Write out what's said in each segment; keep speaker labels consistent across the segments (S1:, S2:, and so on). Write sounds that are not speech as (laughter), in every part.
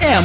S1: M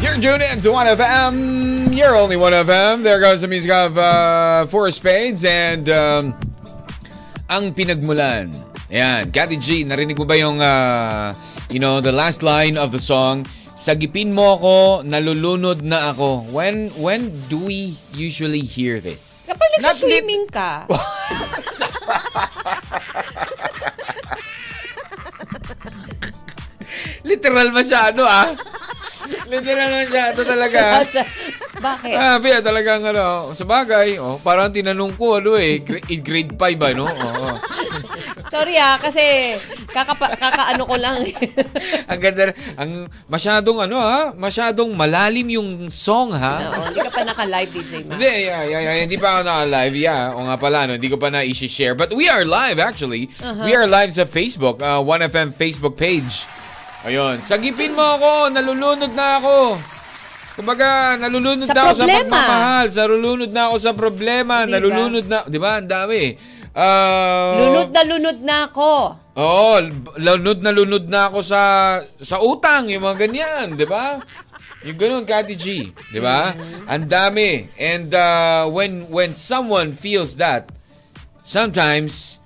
S2: You're tuned in to 1FM. You're only 1FM. There goes the music of uh, Four Spades and um, Ang Pinagmulan. Ayan. Kathy G, narinig mo ba yung, uh, you know, the last line of the song? Sagipin mo ako, nalulunod na ako. When when do we usually hear this?
S3: Kapag
S2: Not lit-
S3: nagsiswimming ka,
S2: (laughs) Literal masyado ah. Literal masyado talaga.
S3: Asa- (laughs) bakit?
S2: Ah, Bea, talagang ano, sa bagay, oh, parang tinanong ko, ano eh, gra- eh, grade 5 ba, no? Oo.
S3: Sorry ah, kasi kakapa, kakaano ko lang. eh.
S2: (laughs) ang ganda, ang masyadong ano ha, masyadong malalim yung song ha.
S3: Oo, hindi ka pa naka-live, DJ Ma.
S2: Hindi, yeah, yeah, yeah, hindi pa ako naka-live, yeah. O nga pala, no, hindi ko pa na-share. But we are live, actually. We
S3: Uh-huh.
S2: are live sa Facebook, uh, 1FM Facebook page. Ayun, sagipin mo ako, nalulunod na ako. Kumbaga, nalulunod
S3: Sa
S2: na ako sa
S3: problema.
S2: pagmamahal. Sa nalulunod na ako sa problema.
S3: Diba?
S2: Nalulunod na, di ba, ang dami. Uh,
S3: Lunod na lunod na ako.
S2: Oo, l- lunod na lunod na ako sa sa utang, yung mga ganyan, di ba? Yung ganun, Kati G, di ba? Ang dami. And uh, when when someone feels that, sometimes,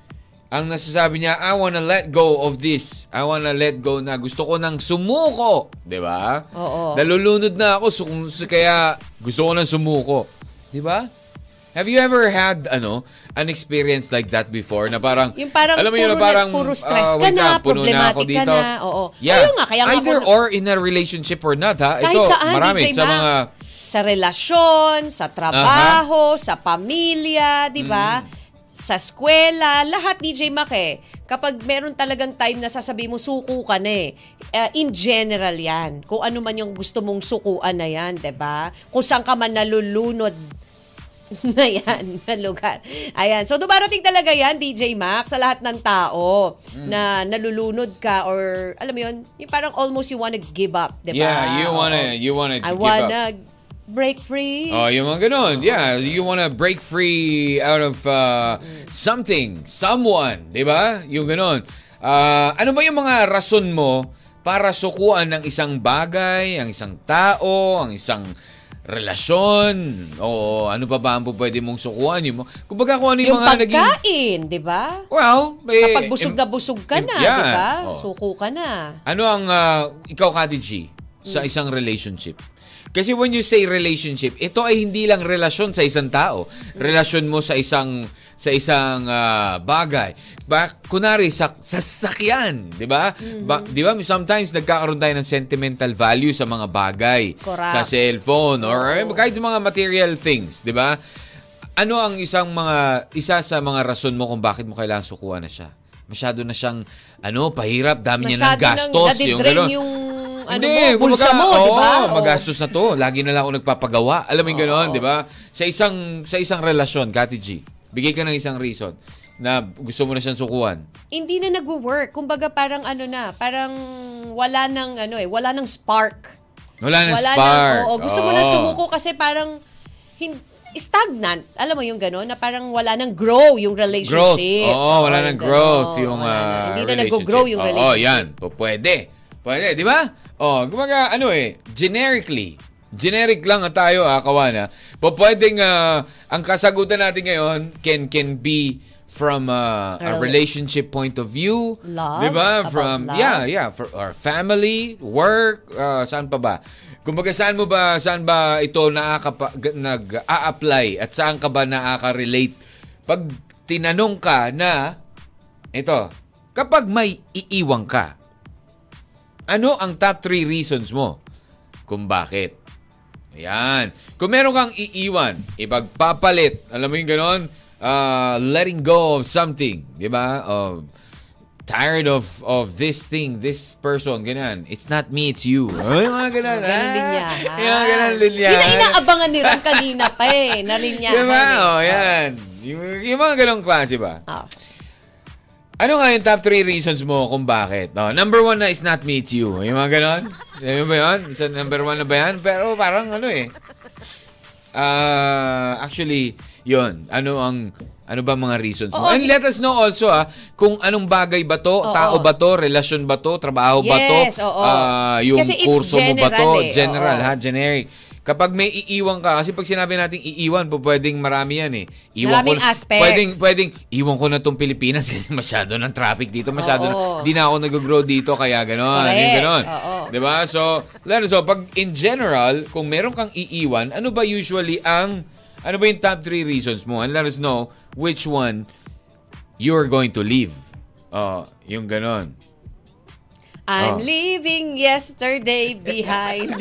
S2: ang nasasabi niya, I wanna let go of this. I wanna let go na. Gusto ko nang sumuko. Di ba?
S3: Oo.
S2: Nalulunod na ako, so, kung- so kaya gusto ko nang sumuko. Di ba? Have you ever had ano an experience like that before na parang
S3: Yung parang
S2: alam mo
S3: puro,
S2: yun, parang,
S3: na, puro stress
S2: ah,
S3: ka
S2: wait
S3: na,
S2: puno
S3: problematic
S2: ako
S3: ka
S2: dito.
S3: na. Oo.
S2: Yeah.
S3: Ayun nga, kaya nga
S2: Either
S3: ako-
S2: or in a relationship or not, ha? Ah,
S3: kahit
S2: Ito,
S3: saan,
S2: marami
S3: DJ
S2: sa
S3: Ma.
S2: mga...
S3: Sa relasyon, sa trabaho, sa pamilya, di ba?
S2: Mm.
S3: Sa eskwela, lahat DJ Mac eh. Kapag meron talagang time na sasabi mo, suku ka na eh. Eh, in general yan. Kung ano man yung gusto mong sukuan na yan, di ba? Kung saan ka man nalulunod (laughs) na yan, na lugar. Ayan. So, dumarating talaga yan, DJ Mac, sa lahat ng tao
S2: Mm.
S3: na nalulunod ka or, alam mo yun, yung parang almost you wanna give up, di ba?
S2: Yeah, you wanna,
S3: Oo.
S2: you wanna
S3: Diba? I
S2: give up.
S3: wanna break free.
S2: Oh, yung mga ganun. Yeah, you wanna break free out of uh, something, someone, di ba? Yung ganun. Ah, ano ba yung mga rason mo para sukuan ng isang bagay, ang isang tao, ang isang relasyon, o ano pa ba ang pwede mong sukuan? Yung, mga- kumbaga kung ano yung,
S3: yung
S2: mga naging...
S3: pagkain, di ba?
S2: Well, eh,
S3: Kapag busog na busog ka
S2: im-
S3: na,
S2: yeah,
S3: di ba?
S2: oh.
S3: Suko ka na.
S2: Ano ang ah, ikaw, Kati G, sa
S3: Hmm.
S2: isang relationship? Kasi when you say relationship, ito ay hindi lang relasyon sa isang tao. Relasyon mo sa isang sa isang ah, bagay. Ba, kunari sa sa sasakyan, 'di ba?
S3: Mm-hmm.
S2: Ba- 'Di ba sometimes nagkakaroon tayo ng sentimental value sa mga bagay,
S3: Correct.
S2: sa cellphone or eh,
S3: Oo.
S2: kahit sa mga material things, 'di ba? Ano ang isang mga isa sa mga rason mo kung bakit mo kailangan sukuan na siya? Masyado na siyang ano, pahirap, dami niya ng
S3: Masyado nang
S2: gastos, yung
S3: nadidrain
S2: gano'n.
S3: yung ano
S2: Hindi,
S3: mo, bulsa
S2: kumbaga,
S3: mo,
S2: oo,
S3: di ba? Oo.
S2: magastos na to. Lagi na lang ako nagpapagawa. Alam mo yung gano'n, di ba? Sa isang, sa isang relasyon, Kati G, bigay ka ng isang reason na gusto mo na siyang sukuan.
S3: Hindi na nagwo-work. Kumbaga parang ano na, parang wala nang ano eh, wala nang spark.
S2: Wala na
S3: Wala
S2: spark.
S3: nang, oo, gusto mo na
S2: Oo.
S3: sumuko kasi parang hin- stagnant. Alam mo yung gano'n, na parang wala nang grow yung
S2: Growth.
S3: relationship.
S2: Oo, wala
S3: yung
S2: nang growth
S3: gano'n.
S2: yung
S3: Wala na.
S2: ah,
S3: Hindi na
S2: relationship.
S3: nag-grow yung
S2: Oo,
S3: relationship.
S2: yan. P- Pwede. Pwede, di ba? Oh, kumaga, ano eh, generically, generic lang ang tayo, ah, kawana. Po pwedeng, ah, ang kasagutan natin ngayon can can be from ah, a
S3: Rel-
S2: relationship point of view,
S3: Love?
S2: di ba?
S3: About
S2: From
S3: love?
S2: yeah, yeah, for our family, work, ah, saan pa ba? Kumbaga saan mo ba saan ba ito naakapa, g- nag-a-apply at saan ka ba naaka-relate? Pag tinanong ka na ito, kapag may iiwang ka, ano ang top 3 reasons mo kung bakit? Ayan. Kung meron kang iiwan, ipagpapalit, alam mo yung ganon, Ah, letting go of something, di ba? Oh, tired of of this thing, this person, ganyan. It's not me, it's you. Ay, mga ganun.
S3: Ganun linyahan.
S2: Ah, (laughs) Yung mga ganun linyahan.
S3: Yun ang inaabangan ni Ram kanina pa eh, na linyahan.
S2: Diba?
S3: eh.
S2: Oh, yan. Yung, yung mga ganong klase ba?
S3: Ah.
S2: Ano nga yung top 3 reasons mo kung bakit? No, number one na is not me, it's you. Yung mga ganon? Yung ba yun? Isa number one na ba yan? Pero parang ano eh. Ah, actually, yon Ano ang ano ba mga reasons mo?
S3: Oo.
S2: And let us know also ah, kung anong bagay ba to,
S3: Oo.
S2: tao ba to, relasyon ba to, trabaho ba to,
S3: Yes, oo.
S2: ah, yung
S3: Kasi it's
S2: kurso mo ba to,
S3: general eh,
S2: general
S3: oo.
S2: ha, generic. Kapag may iiwan ka, kasi pag sinabi natin iiwan, po pwedeng marami yan eh. Iwan
S3: Maraming
S2: ko, na-
S3: aspects.
S2: Pwedeng, pwedeng, iwan ko na tong Pilipinas (laughs) kasi masyado ng traffic dito, masyado
S3: Oo.
S2: na, di na ako nag-grow dito, kaya ganon.
S3: Correct.
S2: Yung ganon.
S3: Oo.
S2: Di ba? So, lalo, so, pag in general, kung meron kang iiwan, ano ba usually ang, ano ba yung top 3 reasons mo? And let us know which one you're going to leave. Oh, yung ganon. Oh.
S3: I'm leaving yesterday
S2: (laughs)
S3: behind.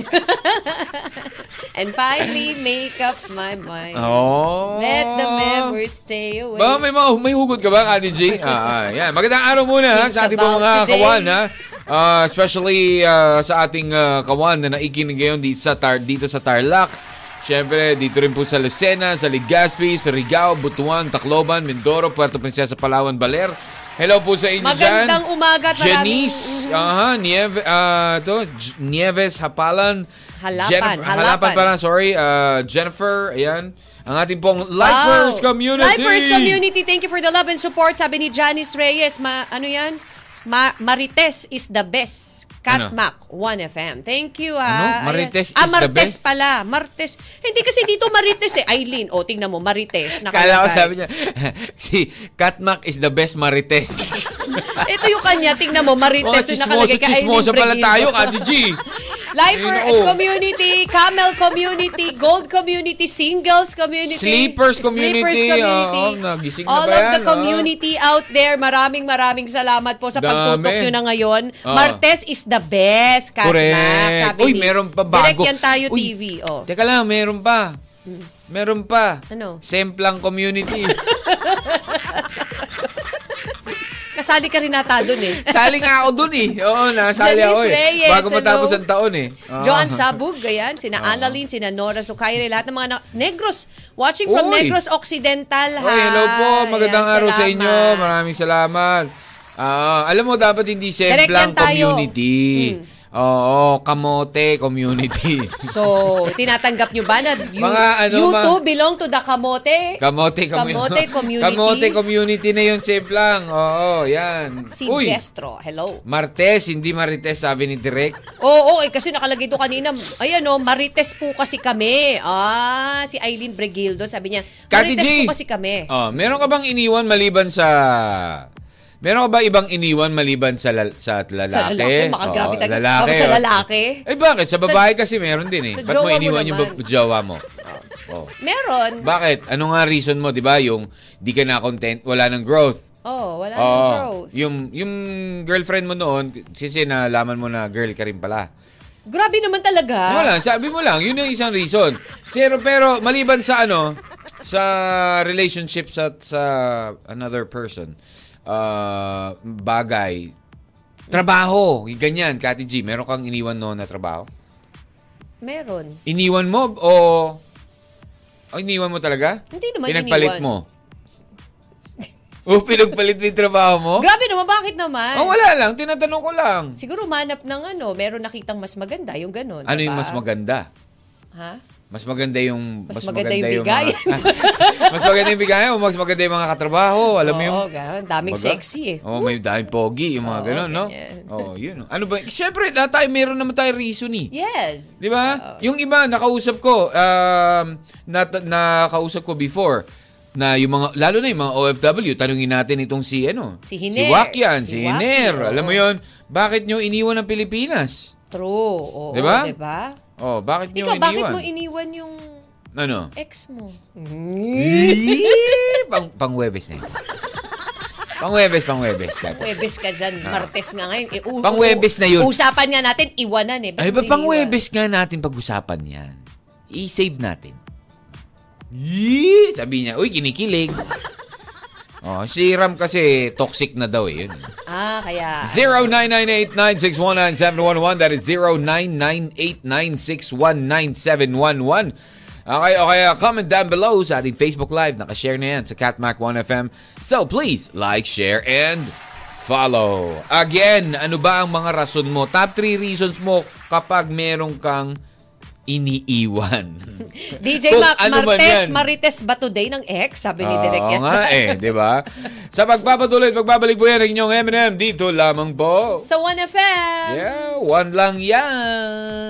S3: And finally make up my mind.
S2: Oh.
S3: Let the memories stay away.
S2: Ba, may, ma- may hugot ka ba, Ate
S3: (laughs)
S2: G? Ah, ah, yan. Magandang araw muna ha, sa ating
S3: Think
S2: pong mga
S3: about today.
S2: kawan ha. Ah, especially ah, sa ating ah, kawan na naikinig ngayon dito sa, Tar- dito sa Tarlac. Siyempre, dito rin po sa Lucena, sa Legazpi, sa Rigao, Butuan, Tacloban, Mindoro, Puerto Princesa, Palawan, Baler. Hello po sa inyo dyan.
S3: Magandang umaga Mm-hmm. at maraming-
S2: Janice, aha, Nieve, ah, to, J- Nieves, Hapalan.
S3: Halapan,
S2: Jennifer-
S3: Halapan.
S2: Halapan pala, sorry. ah, Jennifer, ayan. Ang ating pong Lifers
S3: Wow.
S2: Community.
S3: Lifers Community, thank you for the love and support. Sabi ni Janice Reyes, ma, ano yan? Ma- Marites is the best.
S2: Ano?
S3: Catmac 1FM. Thank you, ha.
S2: Ano? Marites
S3: Ayan. ah,
S2: is the
S3: Martes
S2: best?
S3: pala. Martes. Hindi kasi dito Marites eh. Aileen, o tingnan mo, Marites.
S2: Kala ko
S3: nakalagay.
S2: sabi niya, (laughs) si Katmak is the best
S3: (laughs)
S2: marites.
S3: Ito yung kanya, tingnan mo,
S2: Mga
S3: Marites yung
S2: chismoso,
S3: nakalagay kay Aileen
S2: chismoso pala
S3: Breguino.
S2: tayo, Ate
S3: (laughs)
S2: G.
S3: Lifers
S2: Ayun, oh. oo.
S3: Community, Camel Community, Gold Community, Singles Community,
S2: Sleepers community,
S3: Sleepers Community.
S2: oo, nagising na
S3: All
S2: ba
S3: of
S2: yan, ah?
S3: the community out there, maraming maraming salamat po sa
S2: Dami.
S3: pagtutok nyo na ngayon.
S2: Oo.
S3: Martes is the best, Kat
S2: Correct.
S3: Mac, sabi
S2: Uy,
S3: ni-
S2: meron pa bago.
S3: Direct yan tayo
S2: Uy,
S3: TV. Oh.
S2: Teka lang, meron pa. Meron pa.
S3: Ano?
S2: Semplang community. (laughs)
S3: Kasali ka rin nata dun eh. (laughs)
S2: Sali nga ako dun eh. Oo, nasali
S3: Janice
S2: ako eh.
S3: Reyes,
S2: Bago matapos
S3: hello.
S2: ang taon eh. Oo.
S3: Joan Sabug, ganyan, sina
S2: Ah.
S3: Annalyn, sina Nora Sukaire, lahat ng mga na- Negros. Watching from
S2: Uy.
S3: Negros Occidental, ha?
S2: Oy, hello po. Magandang
S3: Ayan,
S2: araw sa inyo.
S3: salamat.
S2: Maraming salamat. Ah, alam mo, dapat hindi
S3: Direct yan
S2: semplang
S3: tayo. Hmm.
S2: community. Oo, kamote community. (laughs)
S3: So, tinatanggap nyo ba na you,
S2: Mga ano,
S3: you
S2: mga-
S3: two belong to the kamote?
S2: Kamote, kamu-
S3: Kamote
S2: (laughs)
S3: community.
S2: Kamote community na yun, safe lang. Oo, yan.
S3: si Jestro, hello.
S2: Martes, hindi Marites, sabi ni Direk.
S3: Oo, oo, eh, kasi nakalagay doon kanina, ayan o, Marites po kasi kami. Ah, si Eileen Bregildo, sabi niya,
S2: Kati
S3: Marites
S2: G!
S3: po kasi kami.
S2: Oh, meron ka bang iniwan maliban sa... Meron ka ba ibang iniwan maliban sa, lal- sa lalaki?
S3: Sa lalaki, makagrabe
S2: Oo,
S3: tayo.
S2: lalaki,
S3: Sa
S2: oh.
S3: lalaki?
S2: Eh bakit? Sa babae kasi meron din eh.
S3: sa
S2: Ba't mo
S3: jowa mo
S2: iniwan yung
S3: naman. Ah.
S2: bab- jowa mo? Oh.
S3: Meron.
S2: Bakit? Ano nga reason mo, di ba? Yung di ka na content, wala ng growth.
S3: oh, wala
S2: Oo.
S3: nang growth.
S2: Yung, yung girlfriend mo noon, kasi nalaman mo na girl ka rin pala.
S3: Grabe naman talaga.
S2: Wala, sabi mo lang, yun yung isang reason. Pero, pero maliban sa ano, sa relationship sa, sa another person, ah, bagay, trabaho, yung ganyan, Kati G, meron kang iniwan noon na trabaho?
S3: Meron.
S2: Iniwan mo o... o iniwan mo talaga?
S3: Hindi naman
S2: Pinagpalit
S3: iniwan.
S2: mo? (laughs) o pinagpalit mo yung trabaho mo?
S3: Grabe naman, bakit naman?
S2: Oh, wala lang. Tinatanong ko lang.
S3: Siguro manap ng ano, meron nakitang mas maganda, yung ganun.
S2: Ano
S3: diba?
S2: yung mas maganda?
S3: Ha?
S2: Mas maganda yung...
S3: Mas maganda yung bigay.
S2: mga- (laughs) mas maganda yung bigay o mas maganda yung mga katrabaho. Alam mo yung...
S3: Oo, ganun. Daming
S2: Baga?
S3: sexy eh.
S2: Oh, may daming pogi, yung mga
S3: Oo,
S2: ganun, no?
S3: ganyan.
S2: Oh, yun. Ano ba? Siyempre, lahat tayo, meron naman tayo reason eh.
S3: Yes.
S2: Di ba? Yung iba, nakausap ko, um, nat- nakausap ko before, na yung mga, lalo na yung mga OFW, tanungin natin itong si, ano,
S3: Si Hiner.
S2: si Wakyan,
S3: Si
S2: si, Hiner.
S3: Waki, oo.
S2: Alam mo yon bakit nyo iniwan ng Pilipinas?
S3: True. Oo,
S2: Di ba?
S3: diba?
S2: Oh, bakit nyo
S3: Ikaw,
S2: iniwan?
S3: bakit mo iniwan yung
S2: ano?
S3: ex mo?
S2: Mm. Eh, pang, pang Webes na yun. Pang Webes, pang Webes. Kat.
S3: Huwebes ka dyan, Martes nga ngayon. Eh, u-
S2: Pang Huwebes Ah. na yun.
S3: Usapan nga natin, iwanan eh. Ba't
S2: Ay,
S3: mo
S2: ba pang
S3: iniwan?
S2: Webes nga natin pag-usapan yan. I-save natin. Yee! Sabi niya, uy, kinikilig. Oh, si Ram kasi toxic na daw eh. Yun.
S3: Ah, kaya...
S2: 0998-961-9711. That is 0998-961-9711. Okay, okay. uh, Comment down below sa ating Facebook Live. Nakashare na yan sa Catmac 1FM. So please, like, share, and follow. Again, ano ba ang mga rason mo? Top 3 reasons mo kapag meron kang iniiwan.
S3: DJ
S2: Kung
S3: Mac,
S2: ano man
S3: Martes,
S2: yan.
S3: Marites ba today ng ex? Sabi ni Direk
S2: Oo
S3: yan.
S2: nga eh, di ba? Sa pagpapatuloy, at pagbabalik po yan ang inyong M&M dito lamang po.
S3: (laughs) Sa 1FM!
S2: Yeah, one lang yan.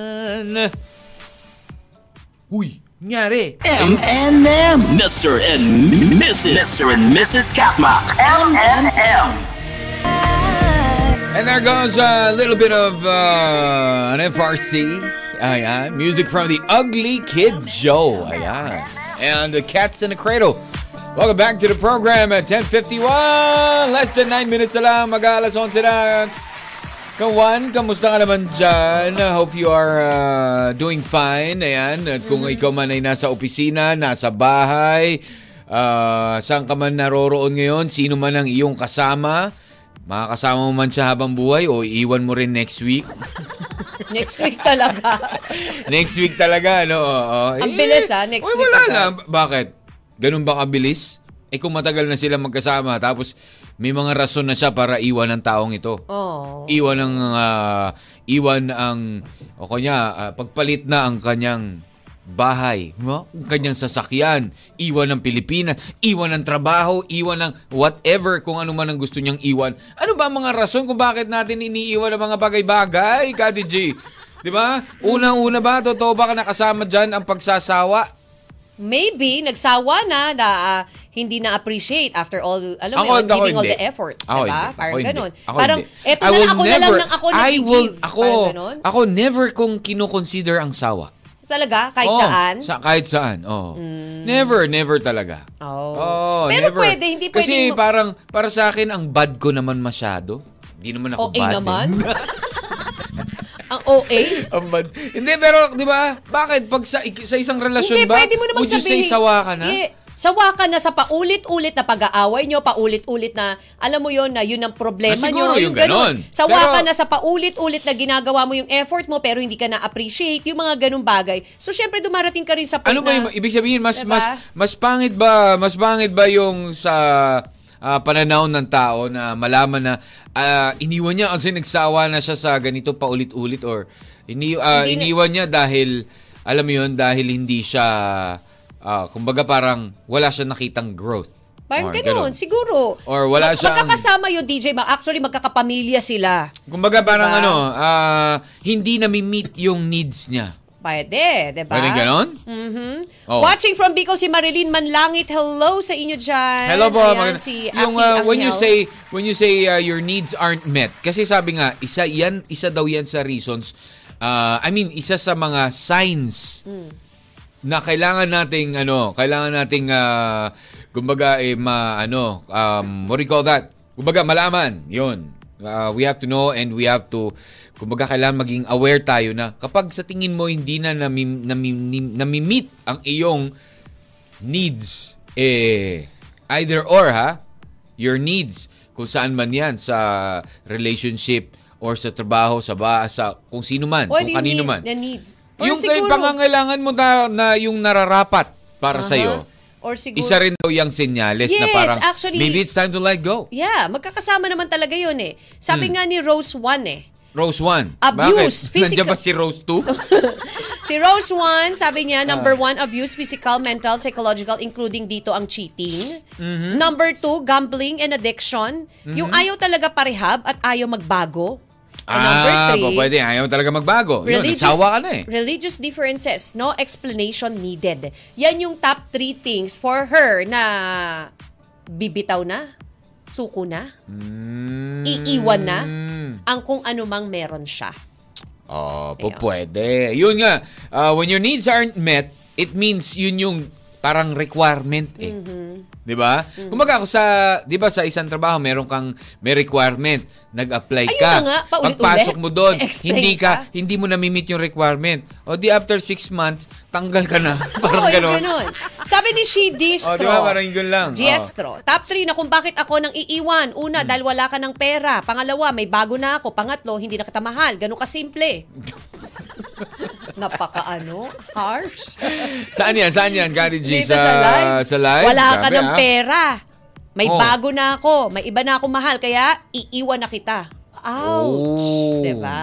S2: Uy, nangyari.
S1: M&M. Mr. and Mrs. Mr. and Mrs. Katmak.
S4: M-M-M.
S2: And there goes a little bit of uh, an FRC. Ayan, music from the Ugly Kid Joe. Ayan. And the Cats in the Cradle. Welcome back to the program at 10.51. Less than 9 minutes na lang. Mag-alas 11 na. Kawan, kamusta ka naman dyan? Uh, Hope you are uh, doing fine. Ayan, at kung
S3: Mm-hmm.
S2: ikaw man ay nasa opisina, nasa bahay, uh, saan ka man naroroon ngayon, sino man ang iyong kasama, makakasama mo man siya habang buhay o iiwan mo rin next week. (laughs)
S3: Next week talaga.
S2: next week talaga, no? Oo. Eh,
S3: Ang bilis, ah. Next
S2: uy,
S3: week
S2: wala
S3: agad.
S2: lang. Bakit? Ganun ba kabilis? Eh kung matagal na sila magkasama, tapos may mga rason na siya para iwan ng taong ito
S3: Oh.
S2: iwan ang ah, iwan ang o kanya ah, pagpalit na ang kanyang bahay, ang kanyang sasakyan, iwan ng Pilipinas, iwan ng trabaho, iwan ng whatever kung ano man ang gusto niyang iwan. Ano ba ang mga rason kung bakit natin iniiwan ang mga bagay-bagay, Kati G? Di ba? Unang-una ba, totoo ba ka nakasama dyan ang pagsasawa?
S3: Maybe, nagsawa na na ah, hindi na-appreciate after all, alam mo,
S2: Ako,
S3: yun,
S2: ako
S3: giving all
S2: hindi.
S3: the efforts,
S2: Ako
S3: di ba?
S2: hindi.
S3: Parang
S2: Ako
S3: ganun.
S2: hindi. Ako
S3: Parang,
S2: hindi.
S3: eto
S2: I
S3: na
S2: will
S3: lang, ako na lang
S2: never-
S3: ng ako
S2: I will,
S3: nag-give.
S2: ako,
S3: Parang ganun.
S2: ako never kong kinoconsider ang sawa.
S3: Talaga? Kahit
S2: Oo,
S3: saan?
S2: Oh,
S3: Mm.
S2: Sa, kahit saan, oo. Never, never talaga.
S3: Oo.
S2: Oo,
S3: Oh. Pero
S2: Oh, never.
S3: pwede, hindi pwede.
S2: Kasi parang, para sa akin, ang bad ko naman masyado. Hindi naman ako
S3: OA
S2: bad. eh. (laughs)
S3: naman. Ang OA?
S2: ang bad. Hindi, pero, di ba, bakit? Pag sa, ik- sa isang relasyon
S3: Hindi,
S2: ba,
S3: pwede mo naman
S2: would you
S3: sabihin.
S2: say sawa ka na?
S3: Eh, sawa ka na sa paulit-ulit na pag-aaway nyo, paulit-ulit na, alam mo yon na yun ang problema
S2: Ah, siguro
S3: nyo.
S2: yung ganun.
S3: Sawa
S2: Pero-
S3: ka na sa paulit-ulit na ginagawa mo yung effort mo pero hindi ka na-appreciate yung mga ganun bagay. So, syempre, dumarating ka rin sa point
S2: Ano ba
S3: na,
S2: yung, ibig sabihin, mas,
S3: Diba?
S2: mas, mas pangit ba, mas pangit ba yung sa ah, pananaw ng tao na malaman na ah, iniwan niya kasi nagsawa na siya sa ganito paulit-ulit or ini, ah,
S3: Hindi na-
S2: iniwan niya dahil, alam mo yun, dahil hindi siya, ah, kumbaga parang wala siya nakitang growth.
S3: Parang
S2: Or
S3: ganun, siguro.
S2: Or wala
S3: Mag-
S2: siyang-
S3: Magkakasama yung DJ, Ma. actually magkakapamilya sila.
S2: Kumbaga parang
S3: Diba?
S2: ano, ah, hindi nami-meet yung needs niya.
S3: Pwede, di ba?
S2: Pwede Oh. ganon?
S3: Mhm.
S2: Oo.
S3: Watching from Bicol si Marilyn Manlangit. Hello sa inyo dyan.
S2: Hello po. maganda-
S3: Ayan, si
S2: yung
S3: Aki
S2: uh, when you
S3: Angel.
S2: say when you say uh, your needs aren't met kasi sabi nga isa yan isa daw yan sa reasons uh, I mean isa sa mga signs
S3: Mm.
S2: na kailangan nating ano kailangan nating uh, kumbaga eh, ma ano um, what do you call that kumbaga malaman yun Uh, we have to know and we have to kumbaga kailangan maging aware tayo na kapag sa tingin mo hindi na nami, nami, nami-meet ang iyong needs eh either or ha your needs kung saan man yan sa relationship or sa trabaho sa ba sa kung sino man
S3: What do
S2: kung
S3: you
S2: kanino
S3: need
S2: man
S3: na needs? Or
S2: yung kay
S3: siguro-
S2: pangangailangan mo na, na yung nararapat para
S3: Aha.
S2: sa iyo
S3: Or siguro,
S2: isa rin daw yung senyales na
S3: Yes,
S2: parang
S3: actually-
S2: maybe it's time to let go
S3: Yeah, magkakasama naman talaga yun eh. Sabi
S2: (laughs)
S3: nga ni Rose 1 eh.
S2: Rose 1
S3: Abuse,
S2: Bakit? (laughs) Nandiyan
S3: physical-
S2: ba si Rose 2
S3: Si Rose Juan,
S2: Ah.
S3: sabi niya, number one, abuse, physical, mental, psychological, including dito ang cheating.
S2: Mm-hmm.
S3: Number two, gambling and addiction. Yung ayaw talaga parehab at ayaw magbago. And (laughs) number
S2: ah
S3: three,
S2: po, pwede ayaw talaga magbago yun nagsawa ka na eh
S3: Religious differences, no explanation needed. Yan yung top three things for her na bibitaw na, suko na,
S2: Hmm.
S3: iiwan na, ang kung ano mang meron siya.
S2: Oh, po
S3: Ayun.
S2: pwede. Yun nga, ah, uh, when your needs aren't met, it means yun yung parang requirement eh.
S3: Mm-hmm.
S2: 'di ba?
S3: Mm.
S2: Kumbaga ako sa 'di ba sa isang trabaho meron kang may requirement, nag-apply
S3: Ayun
S2: ka.
S3: na nga, paulit-ulit.
S2: Pagpasok mo doon,
S3: (laughs) Explain
S2: hindi ka,
S3: ka.
S2: hindi mo na-meet yung requirement. O di after six months, tanggal ka na. (laughs) Parang
S3: Oo, yung
S2: gano'n.
S3: ganun. Sabi ni She
S2: Oh,
S3: Distro.
S2: di ba? Parang yun lang. Oh.
S3: Diestro. Top 3 na kung bakit ako nang iiwan. Una, dahil wala ka ng pera. Pangalawa, may bago na ako. Pangatlo, hindi na kita mahal. Ganun
S2: (laughs)
S3: kasimple. Napaka ano? Harsh.
S2: Saan yan? Saan yan? Gary G?
S3: Dito live.
S2: Sa live?
S3: Wala ka
S2: Grabe,
S3: ng
S2: ah.
S3: pera. May
S2: Oh.
S3: bago na ako. May iba na ako mahal. Kaya, iiwan na kita.
S2: Oh.
S3: Ouch. diba? Di ba?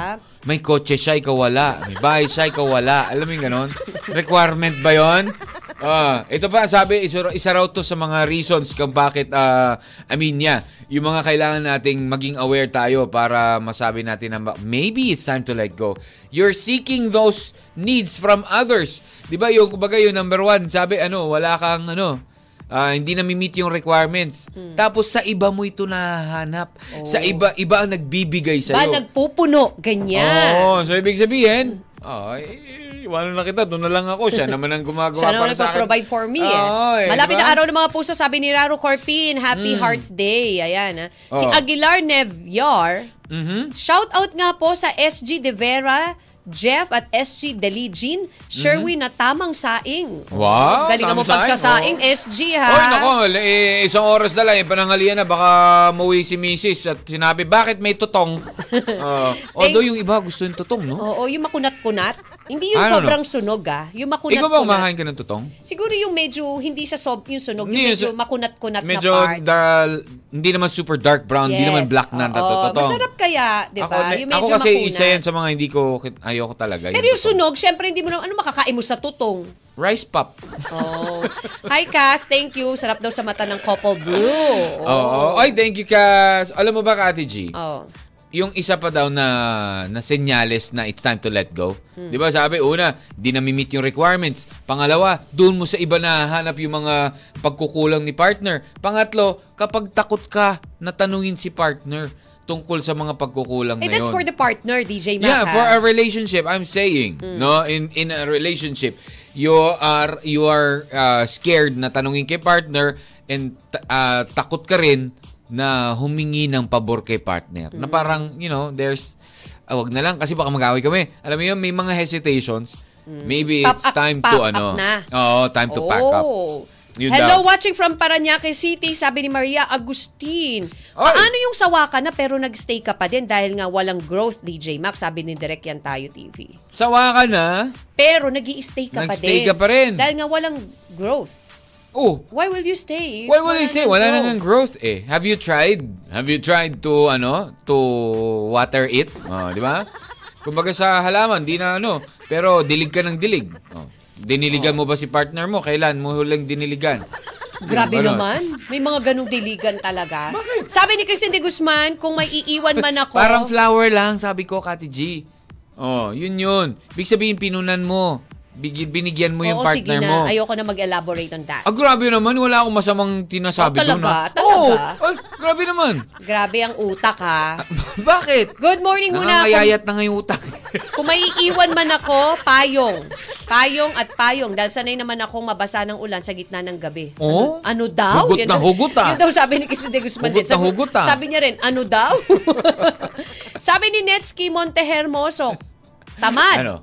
S2: May kotse siya, ikaw wala. May bahay siya, ikaw wala. Alam mo yung ganon? Requirement ba yon? Ah, ito pa, sabi, isa, isa raw to sa mga reasons kung bakit, ah, I mean, yeah, yung mga kailangan nating maging aware tayo para masabi natin na ma- maybe it's time to let go. You're seeking those needs from others. Di ba yung, kumbaga yung number one, sabi, ano, wala kang, ano, Ah, hindi na meet yung requirements. Tapos sa iba mo ito nahanap. Sa iba, Oh. iba ang nagbibigay
S3: Ba,
S2: sa'yo. Oh,
S3: nagpupuno. Ganyan.
S2: Oo, so ibig sabihin, ay, wala na kita, doon na lang ako. Siya naman ang gumagawa
S3: Siya
S2: para
S3: naman
S2: sa akin.
S3: nagpo-provide for me. eh.
S2: Oo, eh, diba?
S3: Malapit
S2: Hmm.
S3: na araw ng mga puso, sabi ni Raro Corpin. Happy Hearts Day. Ayan. ah.
S2: Oo.
S3: Si Aguilar Nevyar.
S2: Mm-hmm.
S3: Shout out nga po sa SG De Vera, Jeff at SG Deligin, Sherwin na tamang saing.
S2: Mm-hmm. Wow,
S3: Galing ka
S2: tamang
S3: mo
S2: saing,
S3: pagsasaing,
S2: oo.
S3: SG ha.
S2: Oy, nako, eh, isang oras na lang, eh, pananghalian na, baka mauwi si misis at sinabi, bakit may tutong?
S3: (laughs)
S2: Oo. although yung iba gusto yung tutong, no?
S3: Oo, yung makunat-kunat. Hindi yung
S2: I don't
S3: sobrang sunog ah. Yung
S2: Ikaw ba
S3: makunat-kunat.
S2: kumakain ka ng tutong?
S3: Siguro yung medyo, hindi siya sob yung sunog, yung
S2: Hindi,
S3: medyo
S2: so-
S3: makunat-kunat
S2: Medyo
S3: na part.
S2: dal- hindi naman super dark brown, hindi
S3: Yes.
S2: naman black na
S3: Oo,
S2: tutong.
S3: Masarap kaya, di ba?
S2: Ako,
S3: Yung
S2: ako
S3: medyo
S2: kasi
S3: makunat.
S2: isa yan sa mga hindi ko, ayoko talaga.
S3: Pero yung
S2: tutong.
S3: sunog, syempre hindi mo na, ano makakain mo sa tutong?
S2: Rice pop. (laughs)
S3: Oh. Hi, Cass. Thank you. Sarap daw sa mata ng couple blue.
S2: Oo. Ay, thank you, Cass. Alam mo ba, Kati G?
S3: Oh.
S2: Yung isa pa daw na, na senyales na it's time to let go. Di ba sabi, una, di nami-meet yung requirements. Pangalawa, doon mo sa iba nahanap yung mga pagkukulang ni partner. Pangatlo, kapag takot ka, natanungin si partner tungkol sa mga pagkukulang
S3: Eh,
S2: na
S3: that's
S2: yun.
S3: for the partner, DJ Mac.
S2: Yeah,
S3: ha?
S2: for a relationship, I'm saying,
S3: Mm.
S2: no, in in a relationship, you are you are uh, scared na tanungin kay partner and ta- uh, takot ka rin na humingi ng pabor kay partner. Na
S3: Mm.
S2: parang, you know, there's ah, wag na lang kasi baka mag-away kami. Alam mo yun, may mga hesitations. Maybe
S3: Pop
S2: it's
S3: up-
S2: time
S3: pop
S2: to
S3: Mm. up
S2: ano.
S3: na.
S2: Oo, time to pack up.
S3: Oh.
S2: Yun
S3: Hello,
S2: daw.
S3: watching from Paranaque City, sabi ni Maria Agustin. Paano yung sawa ka na pero nagstay ka pa din dahil nga walang growth, DJ Mac, sabi ni Direk Yan Tayo TV.
S2: Sawa ka na.
S3: Pero nag stay ka pa din.
S2: Nag-stay ka pa rin.
S3: Dahil nga walang growth.
S2: Oh,
S3: Why will you stay?
S2: Why will you say? Wala na
S3: nang
S2: ngang growth eh. Have you tried? Have you tried to, ano, to water it? Oh, di ba? Kumbaga sa halaman, di na ano. Pero dilig ka ng dilig. Oh. Diniligan mo ba si partner mo? Kailan mo huling diniligan?
S3: Grabe
S2: Ano?
S3: naman. May mga ganong diligan talaga. Sabi ni Christine de Guzman, kung may iiwan man ako,
S2: Parang flower lang, sabi ko, Kati G. Oh, yun yun. Big sabihin, pinunan mo. Bigi- Binigyan mo yung
S3: oo, sige
S2: partner
S3: na,
S2: mo.
S3: ayoko na mag-elaborate on that.
S2: Ah, grabe naman. Wala akong masamang tinasabi
S3: Oh,
S2: doon. ah.
S3: talaga?
S2: Oo.
S3: Talaga?
S2: Ay, grabe naman. (laughs)
S3: Grabe ang utak ha.
S2: Bakit?
S3: Good morning muna. Kung,
S2: Nangangayayat na nga yung utak.
S3: kung may iiwan man ako, payong. Payong at payong. Dahil sanay naman akong mabasa ng ulan sa gitna ng gabi.
S2: Oh?
S3: Ano, ano daw?
S2: Hugot na
S3: daw-
S2: hugot, ah.
S3: Yun daw sabi ni Christine de
S2: Hugot
S3: Guzman din.
S2: na
S3: Sabi,
S2: hugot, ah.
S3: sabi niya rin, ano daw? (laughs) sabi ni Netsky Montehermoso, tamad.
S2: Ano?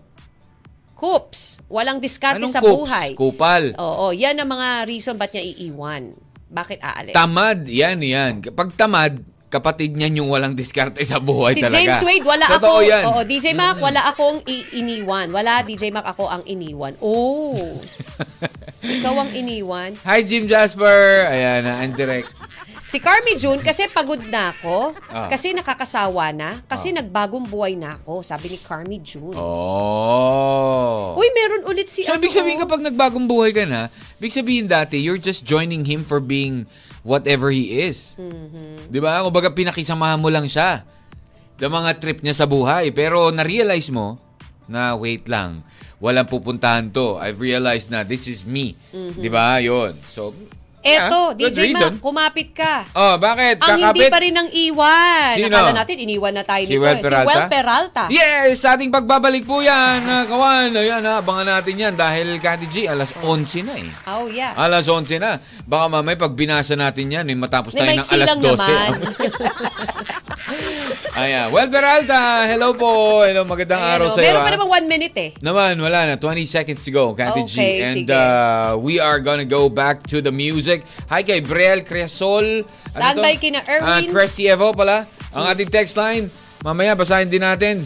S3: Coops. Walang diskarte
S2: Anong
S3: sa
S2: coops?
S3: buhay. Oh,
S2: Kupal.
S3: Oo, yan ang mga reason ba't niya iiwan. Bakit aalis?
S2: Tamad. Yan, yan. Pag tamad, kapatid niyan yung walang diskarte sa buhay
S3: si
S2: talaga.
S3: James Wade, wala
S2: Totoo
S3: ako.
S2: yan. Mm.
S3: Oo, DJ Mac, wala akong i- iniwan. Wala, DJ Mac, ako ang iniwan.
S2: (laughs)
S3: Oh. Ikaw ang iniwan.
S2: Hi, Jim Jasper. Ayan, na, direct.
S3: Si Carmi June, kasi pagod na ako.
S2: Ah.
S3: Kasi nakakasawa na. Kasi nagbagong buhay na ako, sabi ni Carmi June.
S2: Oh.
S3: Uy, meron ulit si
S2: so,
S3: ano,
S2: ibig sabihin
S3: oh.
S2: kapag nagbagong buhay ka na, ibig sabihin dati, you're just joining him for being whatever he is.
S3: Mm-hmm.
S2: Di ba? Kung baga, pinakisamahan mo lang siya. Yung mga trip niya sa buhay. Pero na-realize mo na wait lang, walang pupuntahan to. I've realized na this is me. Di ba? Yun. So,
S3: Mm-hmm. Eto,
S2: Yeah, good
S3: DJ
S2: reason.
S3: Mac, kumapit ka.
S2: Oh, bakit?
S3: Ang hindi
S2: Kakapit?
S3: pa rin ang iwan.
S2: Sino?
S3: Akala natin, iniwan na tayo
S2: Si
S3: nito.
S2: Wel
S3: eh.
S2: Peralta?
S3: Si Wel Peralta.
S2: Yes! Sa ating pagbabalik po yan, ah, kawan. Ayan, ah, abangan natin yan dahil, Kati G, alas 11 na eh.
S3: Oh, yeah.
S2: Alas 11 na. Baka mamay pag binasa natin yan, eh, matapos
S3: Hindi,
S2: tayo ng
S3: maiksi
S2: alas
S3: lang
S2: 12.
S3: naman.
S2: (laughs)
S3: (laughs)
S2: Ayan. Well, Peralta, hello po. Hello, magandang
S3: Ayan,
S2: araw ah.
S3: oh.
S2: sa iyo.
S3: Meron pa namang one minute eh.
S2: Naman, wala na. 20 seconds to go, Kati G.
S3: Okay,
S2: And
S3: sige.
S2: uh, we are gonna go back to the music. Hi kay Briel Cresol. Ano
S3: Standby
S2: to?
S3: kina
S2: Ah,
S3: Erwin.
S2: Cressy Evo pala. Ang ating text line. Mamaya, basahin din natin.